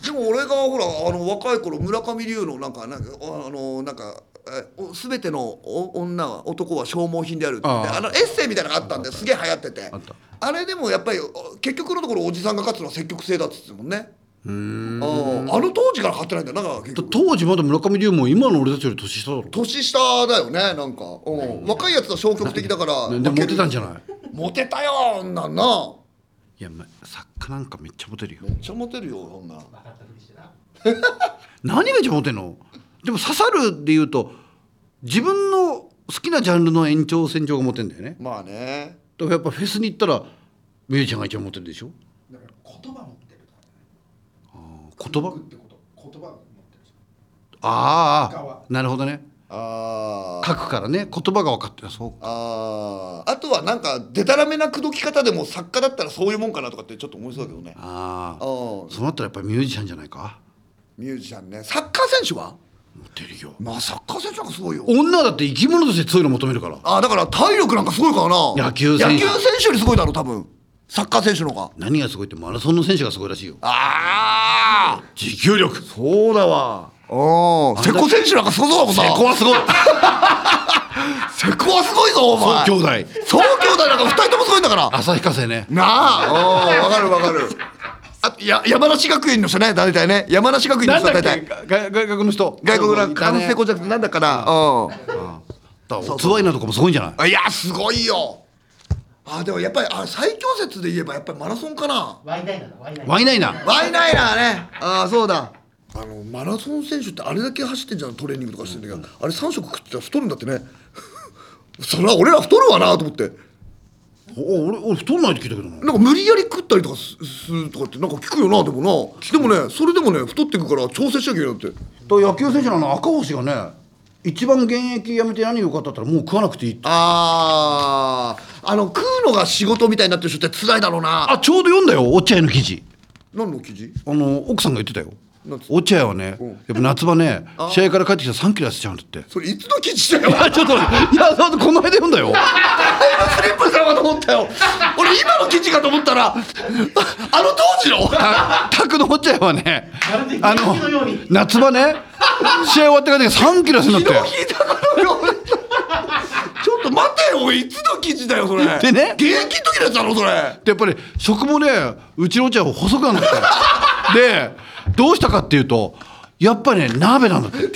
[SPEAKER 1] でも俺がほらあの若い頃村上龍のなんかなんかあのなんかえお全てのお女は男は消耗品であるって言って
[SPEAKER 2] ああ
[SPEAKER 1] あのエッセイみたいなのがあったんですげえ流行ってて
[SPEAKER 2] あった
[SPEAKER 1] あれでもやっぱりお結局のところおじさんが勝つのは積極性だっつってたもんね
[SPEAKER 2] うーん
[SPEAKER 1] あああの当時から買ってないんだよなんか結局
[SPEAKER 2] 当時まだ村上龍も今の俺たちより年下だろ
[SPEAKER 1] 年下だよねなんか、うん、若いやつは消極的だから
[SPEAKER 2] でモテたんじゃ
[SPEAKER 1] ない
[SPEAKER 2] ない
[SPEAKER 1] モテたよあんなんない
[SPEAKER 2] やま作家なんかめっちゃモテるよ
[SPEAKER 1] めっちゃモテるよそんなん
[SPEAKER 3] 分かったふりしてな。
[SPEAKER 2] 何が一番モテんのでも刺さるで言うと自分の好きなジャンルの延長線上がモテんだよね
[SPEAKER 1] まあね
[SPEAKER 2] だからやっぱフェスに行ったらみゆちゃんが一番モテるでしょ
[SPEAKER 4] だから言葉持ってるとか
[SPEAKER 2] あー言
[SPEAKER 4] 僕
[SPEAKER 2] 葉
[SPEAKER 4] ってこと言葉持ってるじ
[SPEAKER 2] ああなるほどね
[SPEAKER 1] あー
[SPEAKER 2] 書くからね言葉が分かってるそう
[SPEAKER 1] あーあとはなんかでたらめな口説き方でも作家だったらそういうもんかなとかってちょっと思いそうだけどね
[SPEAKER 2] あ
[SPEAKER 1] あ
[SPEAKER 2] あ
[SPEAKER 1] ー
[SPEAKER 2] そうなったらやっぱりミュージシャンじゃないか
[SPEAKER 1] ミュージシャンねサッカー選手は
[SPEAKER 2] モテるよ
[SPEAKER 1] まあサッカー選手なんかすごいよ
[SPEAKER 2] 女だって生き物として強いの求めるから
[SPEAKER 1] あーだから体力なんかすごいからな
[SPEAKER 2] 野球選手
[SPEAKER 1] 野球選手よりすごいだろ多分サッカー選手の方が
[SPEAKER 2] 何がすごいってマラソンの選手がすごいらしいよ
[SPEAKER 1] ああ
[SPEAKER 2] 持久力瀬
[SPEAKER 1] そうだわお瀬古選手なんかすごそうだもんな
[SPEAKER 2] 古はすごい
[SPEAKER 1] 瀬古はすごいぞお前
[SPEAKER 2] そ う兄弟
[SPEAKER 1] そう兄弟なんか二人ともすごいんだから
[SPEAKER 2] 旭化成ね
[SPEAKER 1] なあ、おお、わかるわかる。あ、や、山梨学院の人ね、大体ね、山梨学院の
[SPEAKER 2] なん
[SPEAKER 1] 人は
[SPEAKER 2] だっ
[SPEAKER 1] 大体
[SPEAKER 2] け。が外国の人
[SPEAKER 1] 外国の関
[SPEAKER 2] 関
[SPEAKER 1] 西語じゃなくて、なんだかな、う
[SPEAKER 2] ツワイナとかもすごいんじゃない
[SPEAKER 1] ん。いや、すごいよ。あ、でも、やっぱり、あ、最強説で言えば、やっぱりマラソンかな。
[SPEAKER 3] ワイナイナだワイナイナ。
[SPEAKER 2] ワイナイナ
[SPEAKER 1] ワイナイナーね。あ、そうだ。あの、マラソン選手って、あれだけ走ってんじゃん、トレーニングとかしてんだけど、あれ三食食ってたら太るんだってね。 そりゃ、俺ら太るわなと思って。
[SPEAKER 2] お俺俺太んないって聞いたけど
[SPEAKER 1] な
[SPEAKER 2] な
[SPEAKER 1] んか無理やり食ったりとかすするとかってなんか聞くよなでもなでもねそれでもね太っていくから調整しなきゃいけないって
[SPEAKER 2] と野球選手のあの赤星がね一番現役やめて何よかったったらもう食わなくていいって
[SPEAKER 1] あーあの食うのが仕事みたいになってる人って辛いだろうな
[SPEAKER 2] あちょうど読んだよ落合の記事
[SPEAKER 1] 何の記事
[SPEAKER 2] あの奥さんが言ってたよ
[SPEAKER 1] なんつ
[SPEAKER 2] 落合はね、やっぱ夏場ね試合から帰ってきたら3キロ痩せちゃうんだって
[SPEAKER 1] それいつの記事だよ
[SPEAKER 2] あちょっと待っていやだってこの間読んだ よ
[SPEAKER 1] スリップさんかと思ったよ俺今の記事かと思ったらああの当時の
[SPEAKER 2] あタクの落合はね
[SPEAKER 3] まるで
[SPEAKER 2] あ
[SPEAKER 3] 雪のように
[SPEAKER 2] の夏場ね試合終わってから3キロ痩せるんだって
[SPEAKER 1] 聞いたからよちょっと待てよおいいつの記事だよそれ
[SPEAKER 2] でね
[SPEAKER 1] 現役の時のやつだろそれ
[SPEAKER 2] でやっぱり食もねうちのお茶は細くなるんだってでどうしたかっていうとやっぱりね鍋なんだって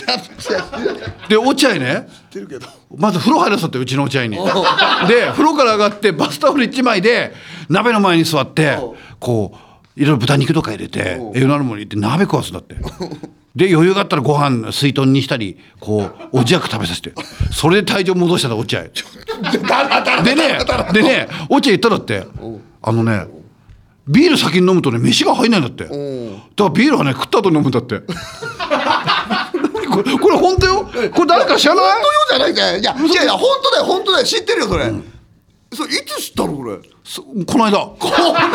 [SPEAKER 2] で落合ね
[SPEAKER 1] てるけど
[SPEAKER 2] まず風呂入らせたってうちの落合にで風呂から上がってバスタオル1枚で鍋の前に座ってこういろいろ豚肉とか入れて栄養のあるもの入れて鍋食わすんだってで余裕があったらご飯水遁にしたりこうおじやく食べさせてそれで体重戻したんだ落合でね、でね、落合言っただって、あのね、ビール先に飲むとね、飯が入んないんだって。だからビールはね、食った後に飲むんだって。 これ、これ本当よ、これ誰か知らない。
[SPEAKER 1] 本当よじゃないんだよいやいやいや本当だよ本当だよ知ってるよそれ、それいつ知ったのこれ
[SPEAKER 2] そこの間、こうなん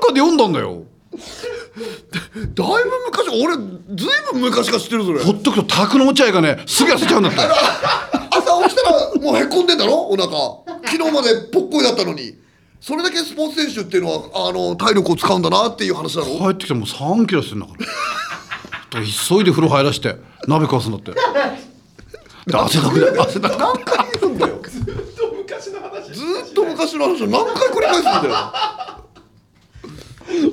[SPEAKER 2] かで読んだんだよ。
[SPEAKER 1] だいぶ昔俺ずいぶん昔から知ってるそれ
[SPEAKER 2] ほっとくと、宅の落合がね、すぐ痩せちゃうんだって。
[SPEAKER 1] 朝起きたらもうへこんでんだろお腹昨日までぽっこりだったのにそれだけスポーツ選手っていうのはあの体力を使うんだなっていう話だろ
[SPEAKER 2] 帰ってきてもう3キロしてんだから。だから急いで風呂入らして、鍋食わすんだって。で汗だくで、汗だく。
[SPEAKER 1] 何回言うんだよ
[SPEAKER 3] ずっと昔の話
[SPEAKER 1] ずーっと昔の話を何回繰り返すんだよ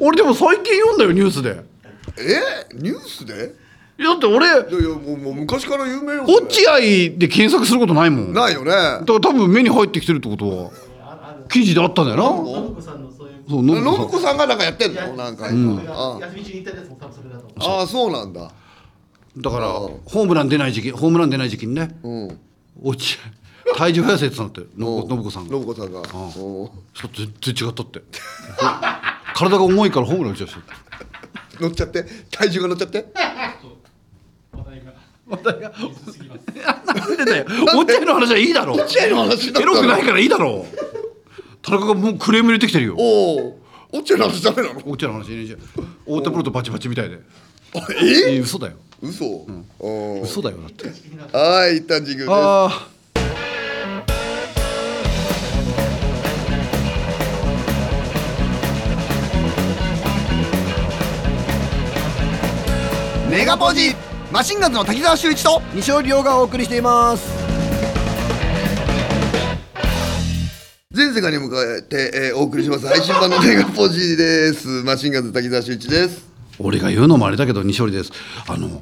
[SPEAKER 2] 俺でも最近読んだよ、ニュースで。
[SPEAKER 1] えニュースで
[SPEAKER 2] いやだって俺
[SPEAKER 1] いやいやもうもう昔から有名よそれ
[SPEAKER 2] 落合で検索することないもんだか
[SPEAKER 1] ないよね
[SPEAKER 2] ら多分目に入ってきてるってことは
[SPEAKER 3] あある
[SPEAKER 2] 記事であったんだよな
[SPEAKER 3] 信子さんのそういう
[SPEAKER 2] そう
[SPEAKER 1] 信
[SPEAKER 2] 信子さ
[SPEAKER 1] 子さんがなんかやってん
[SPEAKER 3] や
[SPEAKER 1] のなんか、
[SPEAKER 3] そういう
[SPEAKER 1] あ
[SPEAKER 3] 休み中に行ったやつも多分それだと思う
[SPEAKER 1] ああそうなんだ
[SPEAKER 2] んだからホームラン出ない時期ホームラン出ない時期にね
[SPEAKER 1] うん
[SPEAKER 2] 落合体重増やせって言ってたんだって信子信子さんが
[SPEAKER 1] 信子さんがうん
[SPEAKER 2] ちょっと全然違ったって体が重いからホームラン打ち出して
[SPEAKER 1] 乗っちゃって体重が乗っちゃって
[SPEAKER 3] 話題が
[SPEAKER 2] 話題が
[SPEAKER 3] 薄すぎま す
[SPEAKER 2] なんでだよ 落合の話はいいだろ
[SPEAKER 1] 落合の話だ
[SPEAKER 2] エ
[SPEAKER 1] った
[SPEAKER 2] ロくない
[SPEAKER 1] い
[SPEAKER 2] からいいだろ田中がもうクレーム入れてきてるよ
[SPEAKER 1] おお落合の話ダメなの
[SPEAKER 2] 落合の話 NG 太田プロとバチバチみたいで
[SPEAKER 1] あ
[SPEAKER 2] え
[SPEAKER 1] え
[SPEAKER 2] ー嘘だよ
[SPEAKER 1] 嘘、うん、
[SPEAKER 2] 嘘だよだって
[SPEAKER 1] はい一旦授業です
[SPEAKER 2] ああ
[SPEAKER 1] メガポージマシンガンズの滝沢秀一と
[SPEAKER 5] 西尾亮がお送りしています
[SPEAKER 1] 全世界に向かって、えー、お送りします配信版のメガポージですマシンガンズ滝沢秀一です
[SPEAKER 2] 俺が言うのもあれだけど西織ですあのよ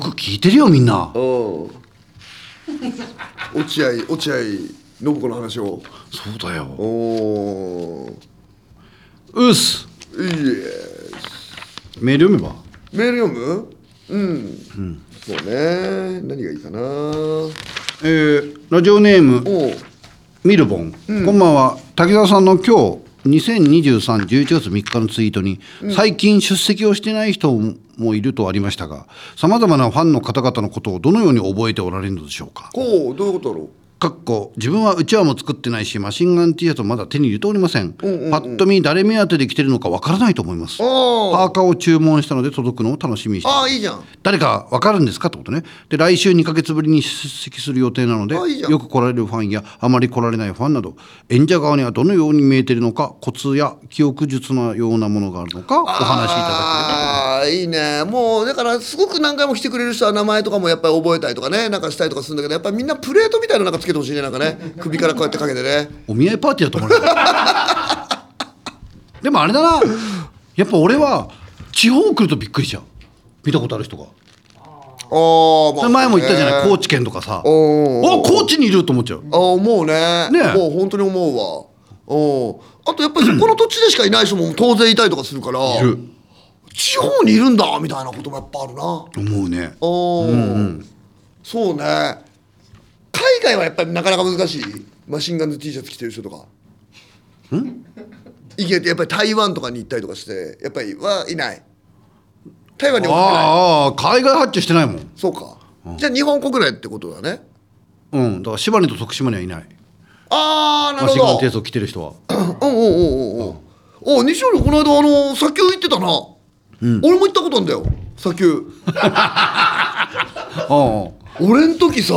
[SPEAKER 2] く聞いてるよみんな
[SPEAKER 1] おお落合落合信子の話を
[SPEAKER 2] そうだよ
[SPEAKER 1] おー
[SPEAKER 2] うっす
[SPEAKER 1] いいえ
[SPEAKER 2] メール読めば
[SPEAKER 1] メール読むうん、そうね何がいいかなお
[SPEAKER 2] えーラジオネーム
[SPEAKER 1] う
[SPEAKER 2] ミルボン、こんばんは滝沢さんの今日2023 11月3日のツイートに、最近出席をしてない人もいるとありましたがさまざまなファンの方々のことをどのように覚えておられるのでしょうか
[SPEAKER 1] こうどういうことだろう
[SPEAKER 2] かっこ自分はうちわも作ってないしマシンガン T シャツもまだ手に入れておりません,、パッと見誰目当てで着てるのかわからないと思いますパ
[SPEAKER 1] あ
[SPEAKER 2] ーカーを注文したので届くのを楽しみにして
[SPEAKER 1] ああ
[SPEAKER 2] ます
[SPEAKER 1] ーいいじゃん
[SPEAKER 2] 誰かわかるんですかってことねで来週2ヶ月ぶりに出席する予定なので
[SPEAKER 1] あいいじゃん
[SPEAKER 2] よく来られるファンやあまり来られないファンなど演者側にはどのように見えてるのかコツや記憶術のようなものがあるのかお話しいただければ
[SPEAKER 1] ああーいいねもうだからすごく何回も来てくれる人は名前とかもやっぱり覚えたりとかねなんかしたりとかするんだけどやっぱりみんなプレートみたいなのなんかつけてほしいねなんかね首からこうやってかけてね
[SPEAKER 2] お見合いパーティーだと思う でもあれだなやっぱ俺は地方来るとびっくりしちゃう見たことある人が、
[SPEAKER 1] あー、ま
[SPEAKER 2] それ前も言ったじゃない、
[SPEAKER 1] こ
[SPEAKER 2] 高
[SPEAKER 1] う
[SPEAKER 2] 知県とかさ
[SPEAKER 1] おうおうおう
[SPEAKER 2] お高知にいると思っちゃう
[SPEAKER 1] あー思うね
[SPEAKER 2] ねえ
[SPEAKER 1] もう本当に思うわおあとやっぱりそこの土地でしかいない人も当然いたりとかするから
[SPEAKER 2] いる
[SPEAKER 1] 地方にいるんだみたいなこともやっぱあるな
[SPEAKER 2] 思うね
[SPEAKER 1] おお、そうね海外はやっぱりなかなか難しいマシンガンズ T シャツ着てる人とかいけやっぱり台湾とかに行ったりとかしてやっぱりはいない台湾にも来てない
[SPEAKER 2] あーあー海外発注してないもん
[SPEAKER 1] そうか、じゃあ日本国内ってことだね
[SPEAKER 2] うんだから島根と徳島にはいない
[SPEAKER 1] ああな
[SPEAKER 2] マ
[SPEAKER 1] る
[SPEAKER 2] シンガン
[SPEAKER 1] ほ
[SPEAKER 2] テー
[SPEAKER 1] ど
[SPEAKER 2] スを 着てる人は
[SPEAKER 1] うんうんうんうんうんお西堀この間あの砂丘行ってたな俺も行ったことあんだよ砂丘
[SPEAKER 2] ああ
[SPEAKER 1] 俺ん時さ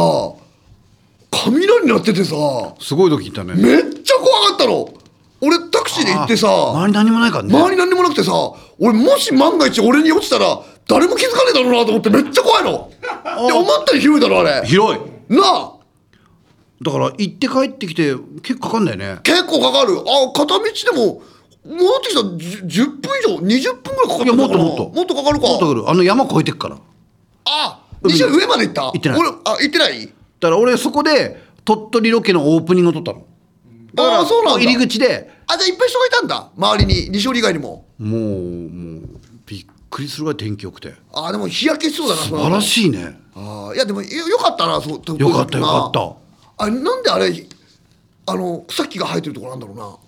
[SPEAKER 1] 雷鳴っててさ
[SPEAKER 2] すごい時いたね
[SPEAKER 1] めっちゃ怖かったの俺タクシーで行ってさ
[SPEAKER 2] あ周り何もないからね
[SPEAKER 1] 周り何にもなくてさ俺もし万が一俺に落ちたら誰も気づかねえだろうなと思ってめっちゃ怖いので思ったより広いだろあれ
[SPEAKER 2] 広い
[SPEAKER 1] なあ
[SPEAKER 2] だから行って帰ってきて結構かかんだよね
[SPEAKER 1] 結構かかるあ片道でも戻ってきたらじゅ10分以上20分ぐらいかか
[SPEAKER 2] い
[SPEAKER 1] る
[SPEAKER 2] や
[SPEAKER 1] んだ
[SPEAKER 2] もっ
[SPEAKER 1] か
[SPEAKER 2] と
[SPEAKER 1] ら
[SPEAKER 2] もっと
[SPEAKER 1] もっとかかるか
[SPEAKER 2] もっと来るあの山越えてくからだ
[SPEAKER 1] あ西は上まで行った行
[SPEAKER 2] 行ってない
[SPEAKER 1] 俺あ行ってない
[SPEAKER 2] から俺そこで鳥取ロケのオープニングを撮ったのだか
[SPEAKER 1] あ
[SPEAKER 2] ら
[SPEAKER 1] あそうなんだ
[SPEAKER 2] 入り口で
[SPEAKER 1] あじゃあいっぱい人がいたんだ周りに西織以外にも
[SPEAKER 2] もうもうびっくりするぐらい天気良くて
[SPEAKER 1] あでも日焼けしそうだな
[SPEAKER 2] 素晴ら
[SPEAKER 1] い
[SPEAKER 2] しいね
[SPEAKER 1] あいやでもよよかったなそう
[SPEAKER 2] よかったよかった
[SPEAKER 1] あなんであれあの草木が生えてるとこなんだろうなこ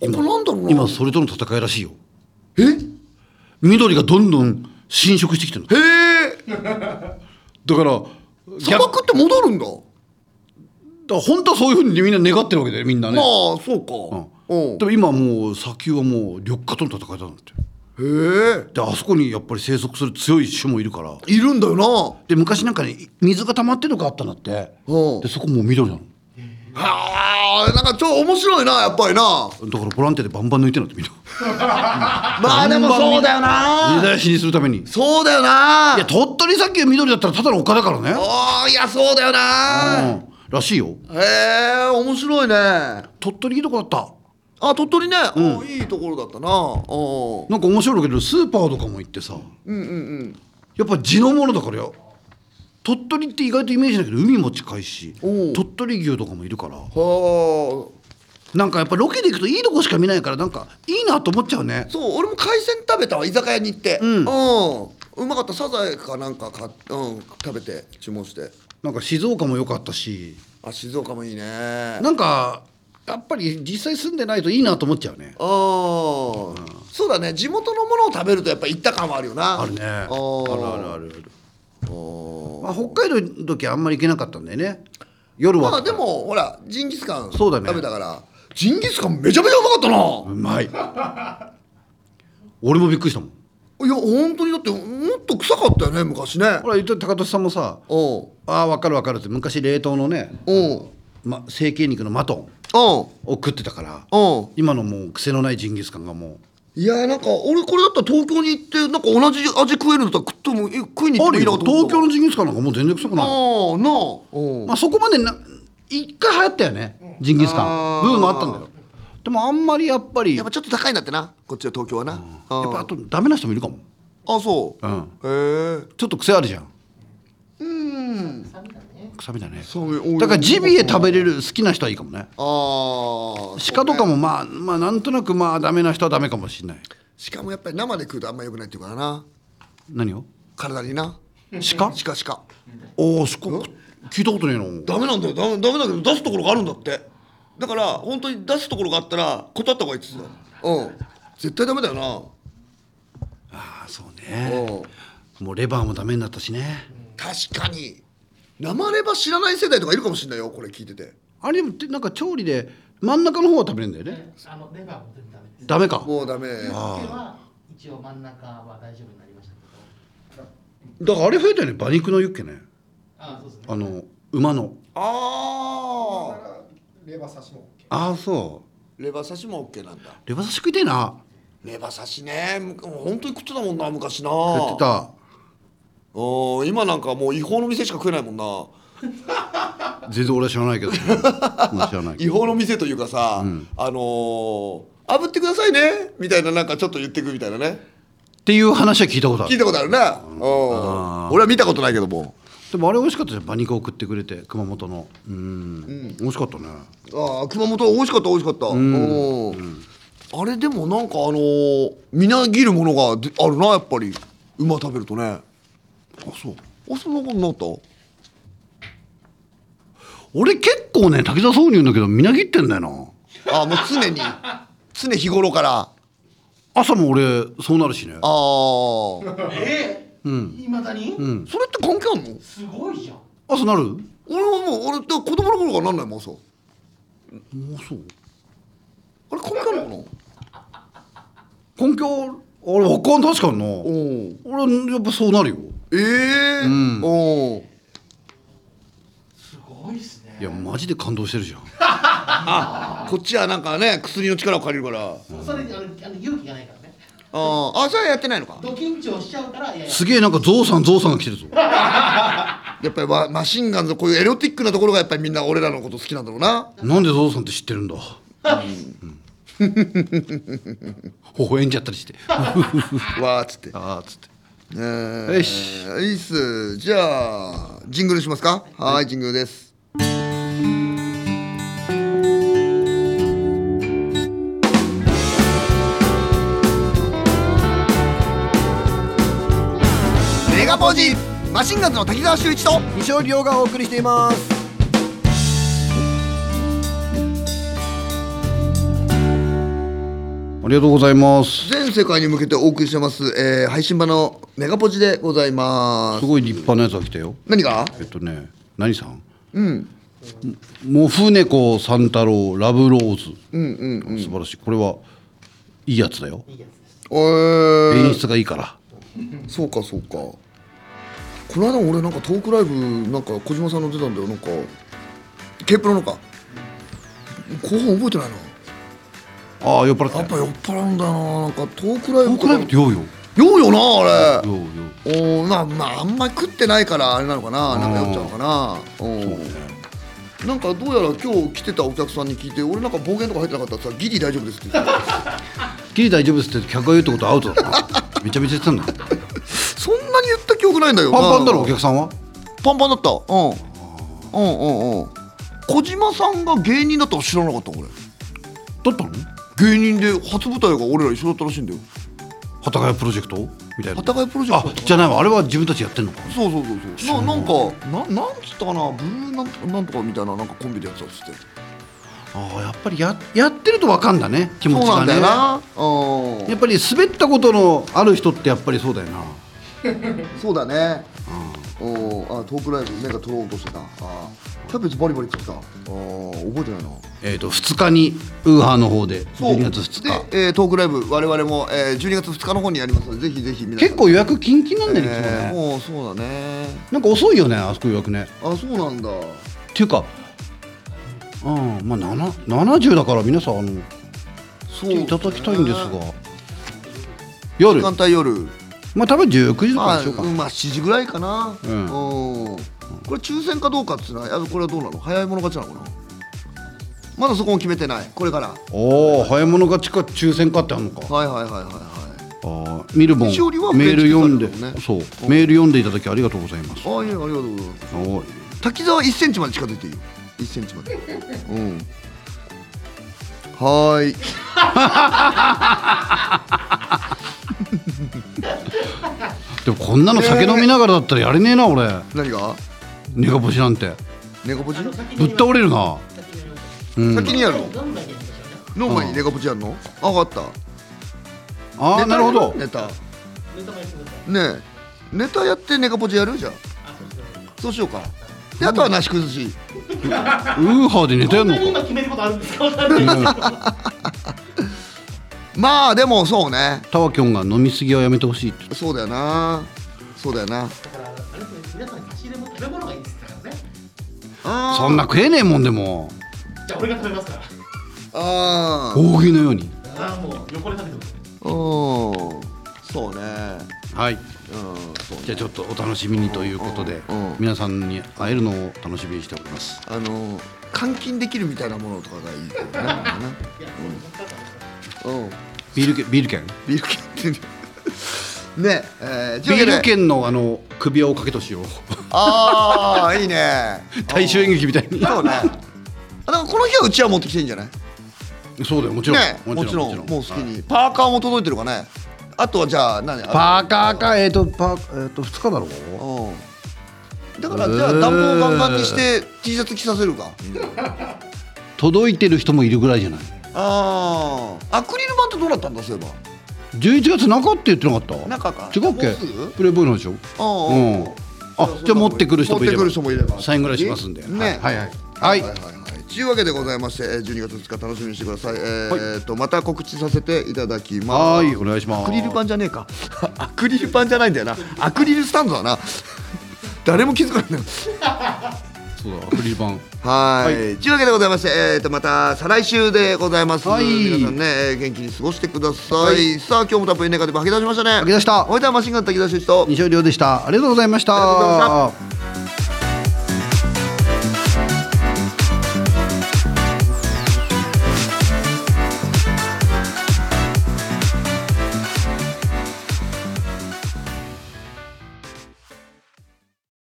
[SPEAKER 1] こなんだろうな
[SPEAKER 2] 今それとの戦いらしいよ
[SPEAKER 1] え
[SPEAKER 2] 緑がどんどん侵食してきてるの
[SPEAKER 1] へえ
[SPEAKER 2] だから
[SPEAKER 1] 砂
[SPEAKER 2] 逆だか
[SPEAKER 1] 漠って戻るんだ
[SPEAKER 2] ら本当はそういうふうにみんな願ってるわけだよみんなね、
[SPEAKER 1] まあそうか
[SPEAKER 2] うん、でも今もう砂丘はもう緑化との戦いだなんて
[SPEAKER 1] うんへえ
[SPEAKER 2] であそこにやっぱり生息する強い種もいるから
[SPEAKER 1] いるんだよな
[SPEAKER 2] で昔なんかね水が溜まってるとこあったんだって
[SPEAKER 1] うん
[SPEAKER 2] でそこもう緑なの
[SPEAKER 1] あーなんかちょ面白いなやっぱりな
[SPEAKER 2] だからボランティアでバンバン抜いてるのってみんな
[SPEAKER 1] まあでもそうだよ
[SPEAKER 2] 根
[SPEAKER 1] な
[SPEAKER 2] 絶やしにするためにい
[SPEAKER 1] そうだよない
[SPEAKER 2] や鳥取砂丘緑だったらただの丘だからね
[SPEAKER 1] おーいやそうだよな
[SPEAKER 2] うんらしいよ
[SPEAKER 1] へえ面白いねあ
[SPEAKER 2] 鳥取いいとこだった
[SPEAKER 1] 鳥取ね、おいいところだったなお
[SPEAKER 2] なんか面白いけどスーパーとかも行ってさ
[SPEAKER 1] うんうんうん
[SPEAKER 2] やっぱ地のものだからよ鳥取って意外とイメージだけど海も近いし
[SPEAKER 1] おう
[SPEAKER 2] 鳥取牛とかもいるから
[SPEAKER 1] はあ
[SPEAKER 2] なんかやっぱロケで行くといいとこしか見ないからなんかいいなと思っちゃうね
[SPEAKER 1] そう俺も海鮮食べたわ居酒屋に行って
[SPEAKER 2] うん
[SPEAKER 1] うまかったサザエかなんかか、うん、食べて注文して
[SPEAKER 2] なんか静岡も良かったし
[SPEAKER 1] あ静岡もいいねあ
[SPEAKER 2] なんかやっぱり実際住んでないといいなと思っちゃうね
[SPEAKER 1] あー、そうだね地元のものを食べるとやっぱ行った感はあるよな
[SPEAKER 2] あるねあるあるあるある、
[SPEAKER 1] あ
[SPEAKER 2] まあ、北海道の時はあんまり行けなかったんだよね夜
[SPEAKER 1] ま
[SPEAKER 2] は、
[SPEAKER 1] あでもほらジンギスカン
[SPEAKER 2] そうだね
[SPEAKER 1] 食べたからジンギスカンめちゃめちゃうまかったな
[SPEAKER 2] うまい俺もびっくりしたもん
[SPEAKER 1] いや本当にだってもっと臭かったよね昔ね
[SPEAKER 2] ほら言った高俊さんもさ
[SPEAKER 1] おう
[SPEAKER 2] 「ああ分かる分かる」って昔冷凍のね、
[SPEAKER 1] おう
[SPEAKER 2] ま、成形肉のマトン
[SPEAKER 1] おう
[SPEAKER 2] を食ってたから
[SPEAKER 1] おう
[SPEAKER 2] 今のもう癖のないジンギスカンがも
[SPEAKER 1] いやなんか俺これだったら東京に行ってなんか同じ味食えるんだったら食ってもいい食いに
[SPEAKER 2] う
[SPEAKER 1] 行っても
[SPEAKER 2] ある
[SPEAKER 1] いいな
[SPEAKER 2] よ
[SPEAKER 1] と思
[SPEAKER 2] 東
[SPEAKER 1] った
[SPEAKER 2] 京のジンギスカンなんかもう全然臭くない、
[SPEAKER 1] ああなあうん
[SPEAKER 2] まあ、そこまでな一回流行ったよねジンギスカン部分もあったんだよでもあんまりやっぱり
[SPEAKER 1] やっぱちょっと高いんだってなこっちは東京はなあ
[SPEAKER 2] やっぱあとダメな人もいるかも
[SPEAKER 1] あそう、
[SPEAKER 2] うん
[SPEAKER 1] へえ
[SPEAKER 2] ちょっと癖あるじゃん
[SPEAKER 3] 臭みだね
[SPEAKER 2] 臭みだね
[SPEAKER 1] そういう
[SPEAKER 2] だからジビエ食べれる好きな人はいいかもね
[SPEAKER 1] ああ
[SPEAKER 2] 鹿とかもまあまあなんとなくまあダメな人はダメかもしれない
[SPEAKER 1] 鹿もやっぱり生で食うとあんま良くないっていうからな
[SPEAKER 2] 何を
[SPEAKER 1] 体にな
[SPEAKER 2] 鹿
[SPEAKER 1] 鹿鹿
[SPEAKER 2] おお鹿聞いたことねえの
[SPEAKER 1] ダメなんだよダメダメだけど出すところがあるんだってだから本当に出すところがあったら断った方がいいっつってたうん絶対ダメだよな
[SPEAKER 2] ああそう
[SPEAKER 1] う
[SPEAKER 2] ね
[SPEAKER 1] ん
[SPEAKER 2] もうレバーもダメになったしね
[SPEAKER 1] 確かに生レバ知らない世代とかいるかもしれないよこれ聞いてて
[SPEAKER 2] あれでもなんか調理で真ん中の方は食べれるんだよね
[SPEAKER 3] あのレバーも全部ダメです。
[SPEAKER 2] ダメか
[SPEAKER 1] もうダメ
[SPEAKER 2] あ
[SPEAKER 3] 手は一応真ん中は大丈夫になりましたけど。
[SPEAKER 2] だからあれ増えたよね馬肉のユッケね
[SPEAKER 3] あ、そうですね。
[SPEAKER 2] あの馬の
[SPEAKER 4] だ
[SPEAKER 1] あ
[SPEAKER 4] か
[SPEAKER 1] あ
[SPEAKER 4] らレバ刺しも OK
[SPEAKER 2] ああそう
[SPEAKER 1] レバ刺しも OK なんだ
[SPEAKER 2] レバ刺し食いたいな
[SPEAKER 1] レバ刺しねむ本当に食ってたもんな昔な
[SPEAKER 2] 言ってた
[SPEAKER 1] うん今なんかもう違法の店しか食えないもんな
[SPEAKER 2] 全然俺は知らない けど知らないけ
[SPEAKER 1] 違
[SPEAKER 2] ど
[SPEAKER 1] 法の店というかさ、
[SPEAKER 2] うん
[SPEAKER 1] あのー炙ってくださいねみたいななんかちょっと言ってくみたいなね
[SPEAKER 2] っていう話は聞いたこと
[SPEAKER 1] 聞
[SPEAKER 2] あ
[SPEAKER 1] い
[SPEAKER 2] る
[SPEAKER 1] たことあるな、うん
[SPEAKER 2] あー
[SPEAKER 1] 俺は見たことないけども
[SPEAKER 2] でもあれ美味しかったじゃん馬肉を送ってくれて熊本のうん美味しかったね
[SPEAKER 1] あー熊本は美味しかった美味しかったうん、あれでもなんかあのーみなぎるものがであるなやっぱり馬食べるとねあそうあそんなことなかった
[SPEAKER 2] 俺結構ね滝沢そうに言うんだけどみなぎってんだよな
[SPEAKER 1] あーもう常に 常日頃から
[SPEAKER 2] 朝も俺そうなるしね
[SPEAKER 1] あー
[SPEAKER 3] え
[SPEAKER 2] うん
[SPEAKER 3] いまだに、
[SPEAKER 2] うん
[SPEAKER 1] それって関係あんの
[SPEAKER 3] すごいじゃん。
[SPEAKER 2] 朝なる
[SPEAKER 1] 俺はもう俺って子供の頃からなんないもんそう
[SPEAKER 2] もうそう
[SPEAKER 1] あれ関係あるのかな
[SPEAKER 2] 根拠あれわかん確かにな
[SPEAKER 1] おう
[SPEAKER 2] 俺やっぱそうなるよ
[SPEAKER 1] ええ
[SPEAKER 2] うん
[SPEAKER 1] おう
[SPEAKER 3] すごいですね
[SPEAKER 2] いやマジで感動してるじゃん
[SPEAKER 1] こっちはなんかね薬の力を借りるからあ
[SPEAKER 3] そそれにあのあの勇気がないからね
[SPEAKER 1] ーあそれはやってないのか
[SPEAKER 3] ド緊張しちゃうからいやいや
[SPEAKER 2] すげえなんかゾウさんゾウさんが来てるぞ
[SPEAKER 1] やっぱりママシンガンズのこういうエロティックなところがやっぱりみんな俺らのこと好きなんだろうな
[SPEAKER 2] なんでゾウさんって知ってるんだうん微笑んじゃったりして
[SPEAKER 1] わーっつって
[SPEAKER 2] あーっつって
[SPEAKER 1] えー
[SPEAKER 2] よし
[SPEAKER 1] いいっすじゃあジングルしますかはーいジングルですメガポージマシンガンズの滝沢秀一と
[SPEAKER 5] 西尾亮がお送りしています
[SPEAKER 2] ありがとうございます
[SPEAKER 1] 全世界に向けてお送りしてます、えー、配信版のメガポジでございますす
[SPEAKER 2] ごい立派なやつが来たよ
[SPEAKER 1] 何が
[SPEAKER 2] えっとね何さん
[SPEAKER 1] うん
[SPEAKER 2] モフネコ三太郎ラブローズ、
[SPEAKER 1] うんうん
[SPEAKER 2] 素晴らしいこれはいいやつだよ
[SPEAKER 3] いいやつです
[SPEAKER 1] えー
[SPEAKER 2] 演出がいいから
[SPEAKER 1] そうかそうかこの間俺なんかトークライブなんか小島さんの出たんだよなんか K プロのか後半覚えてないな
[SPEAKER 2] ああ酔っ払って
[SPEAKER 1] や
[SPEAKER 2] た
[SPEAKER 1] っぱ酔っ払うんだよななんかトークライ
[SPEAKER 2] ト
[SPEAKER 1] ブ
[SPEAKER 2] ークライブって酔うよ
[SPEAKER 1] 酔うよなあれ
[SPEAKER 2] 酔うよ
[SPEAKER 1] おーまあまああんまり食ってないからあれなのかななんか酔っちゃうのかなおーなんかどうやら今日来てたお客さんに聞いて俺なんか暴言とか入ってなかったってさギリ大丈夫ですって言ってた
[SPEAKER 2] ギリ大丈夫ですって客が言うってことはアウトだなめちゃめちゃ言ってたんだパン
[SPEAKER 1] そんなに言った記憶ないんだよな
[SPEAKER 2] パンだろお客さんは
[SPEAKER 1] パンパンだったうんうんうんうん小島さんが芸人だったの知らなかった俺
[SPEAKER 2] だったの
[SPEAKER 1] 芸人で初舞台が俺ら一緒だったらしいんだよ
[SPEAKER 2] 幡ヶ谷プロジェクトみたいな
[SPEAKER 1] 戦いプロジェクト
[SPEAKER 2] あじゃないわあれは自分たちやってんのか
[SPEAKER 1] そうそうそうそうななんかななんつったかなブルーなんとかなんとかみたいななんかコンビでやってたっつって
[SPEAKER 2] ああやっぱりややってるとわかんだね気持
[SPEAKER 1] そう
[SPEAKER 2] ち
[SPEAKER 1] な
[SPEAKER 2] が
[SPEAKER 1] んだ
[SPEAKER 2] ね
[SPEAKER 1] よ
[SPEAKER 2] や
[SPEAKER 1] なうん
[SPEAKER 2] っぱり滑ったことのある人ってやっぱりそうだよな
[SPEAKER 1] そうだねうんあトークライブなんか撮ろうとしてたあキャベツバリバリ食ってたあ覚えてないな
[SPEAKER 2] えっ、と2日にウーハーの方で
[SPEAKER 1] そう
[SPEAKER 2] 12月2日
[SPEAKER 1] で、えートークライブ我々も、えー、12月2日の方にやりますのでぜひぜひ皆さん
[SPEAKER 2] 結構予約キンキンなんだよね、いつも
[SPEAKER 1] えー
[SPEAKER 2] ね
[SPEAKER 1] もうそうだね
[SPEAKER 2] なんか遅いよねあそこ予約ね
[SPEAKER 1] あそうなんだ
[SPEAKER 2] っていうかうんまあなな70だから皆さんあの
[SPEAKER 1] そ
[SPEAKER 2] 来
[SPEAKER 1] う
[SPEAKER 2] ていただきたいんですが夜
[SPEAKER 1] 時間帯夜
[SPEAKER 2] まあ多分19時と
[SPEAKER 1] ま
[SPEAKER 2] か
[SPEAKER 1] あ、
[SPEAKER 2] でしょうか、
[SPEAKER 1] うんまあ7時ぐらいかなう
[SPEAKER 2] うんん
[SPEAKER 1] これ抽選かどうかっていうのはあこれはどうなの早い者勝ちなのかなまだそこも決めてないこれからは
[SPEAKER 2] おお早い者勝ちか抽選かってあるのか
[SPEAKER 1] いはいはいはいはい
[SPEAKER 2] あー見るもんメ
[SPEAKER 1] 西寄りは
[SPEAKER 2] ール読んで、
[SPEAKER 1] フレンチとかだもんね
[SPEAKER 2] そうメール読んでいただきありがとうございます
[SPEAKER 1] ああいやありがとうございます
[SPEAKER 2] おー
[SPEAKER 1] 滝沢1センチまで近づいていいよ1センチまでうんはーい
[SPEAKER 2] でもこんなの酒飲みながらだったらやれねえな俺
[SPEAKER 1] 何が
[SPEAKER 2] ネガポジなんて
[SPEAKER 1] ネガポジ
[SPEAKER 3] あの先
[SPEAKER 2] ぶっ
[SPEAKER 3] に
[SPEAKER 2] 倒れるな、
[SPEAKER 3] 先に
[SPEAKER 2] うん、
[SPEAKER 1] 先にやるの
[SPEAKER 3] 飲むだけにしましょうね
[SPEAKER 1] 飲む前にネガポジやるのあ分かっ
[SPEAKER 2] あ
[SPEAKER 1] た
[SPEAKER 2] あなるほど
[SPEAKER 1] ネタ
[SPEAKER 3] ネタバレしてください
[SPEAKER 1] ねえネタやってネガポジやるじゃん
[SPEAKER 3] あそうですね
[SPEAKER 1] そうしようかであとはなし崩し
[SPEAKER 2] ウーハーでネタや
[SPEAKER 3] こ
[SPEAKER 2] ん
[SPEAKER 3] んなに
[SPEAKER 2] の
[SPEAKER 3] 今
[SPEAKER 2] か
[SPEAKER 3] 決めることあるんですかわかんないですけど
[SPEAKER 1] まあでもそうね
[SPEAKER 2] タワキョンが飲みすぎはやめてほしいって
[SPEAKER 1] そうだよなそうだよな
[SPEAKER 3] だからあれですね皆さんに差し入れも食べ物がいいって言ってたからね
[SPEAKER 1] あー
[SPEAKER 2] そんな食えねえもんでも
[SPEAKER 3] じゃあ俺が食べますから
[SPEAKER 1] あー
[SPEAKER 2] 大食いのように
[SPEAKER 3] あーもう横で食べてます
[SPEAKER 1] うんそうね
[SPEAKER 2] はい
[SPEAKER 1] うんそうね
[SPEAKER 2] じゃあちょっとお楽しみにということで
[SPEAKER 1] うんうん
[SPEAKER 2] 皆さんに会えるのを楽しみにしております
[SPEAKER 1] あの監禁できるみたいなものとかがいいけどねなんかねうん
[SPEAKER 2] ビール券ビール券
[SPEAKER 1] ビール券って ねねえー、
[SPEAKER 2] ビール
[SPEAKER 1] 系
[SPEAKER 2] 券のあの首輪をかけとしよう
[SPEAKER 1] ああいいね
[SPEAKER 2] 大衆演劇みたいに
[SPEAKER 1] そうねあだからこの日はうちは持ってきていいんじゃない
[SPEAKER 2] そうだよもちろん、
[SPEAKER 1] ねもちろんもう好き
[SPEAKER 2] はい
[SPEAKER 1] に、パーカーも届いてるかねあとはじゃあ何
[SPEAKER 2] パーカーかえっ、とパーえっ、と2日だろ
[SPEAKER 1] うん
[SPEAKER 2] う
[SPEAKER 1] だからじゃあ暖房ガンガンにして T シャツ着させるか
[SPEAKER 2] 届いてる人もいるぐらいじゃない
[SPEAKER 1] ああアクリル板ってどうなったんだそういえ
[SPEAKER 2] 11月中って言ってなかった
[SPEAKER 1] ば中か
[SPEAKER 2] 違うっ
[SPEAKER 1] も
[SPEAKER 2] け
[SPEAKER 1] すぐ
[SPEAKER 2] プレイボーイのでしょ
[SPEAKER 1] う
[SPEAKER 2] うんんあじゃあ持ってくる人もいれば
[SPEAKER 1] 持ってくる人もいれば
[SPEAKER 2] サインぐらいしますんで
[SPEAKER 1] ね
[SPEAKER 2] はいはいはい、はい
[SPEAKER 1] はいはいはいというわけでございましてえー12月2日楽しみにしてくださいえーえーとまた告知させていただきま
[SPEAKER 2] は
[SPEAKER 1] す
[SPEAKER 2] いお願いします
[SPEAKER 1] アクリル板じゃねえかアクリル板じゃないんだよなアクリルスタンドだな誰も気づかないんだよ
[SPEAKER 2] そうだアクリル板
[SPEAKER 1] はい、というわけでございまして、えー、とまた再来週でございます、
[SPEAKER 2] はい
[SPEAKER 1] 皆さんね、えー元気に過ごしてください、さあ今日もたっぷりネガティブ吐き出しましたね
[SPEAKER 2] 吐き出した
[SPEAKER 1] おいたマシンガン滝田修一と
[SPEAKER 2] 西尾亮でしたありがとうございまし
[SPEAKER 1] ありがとうございま
[SPEAKER 2] た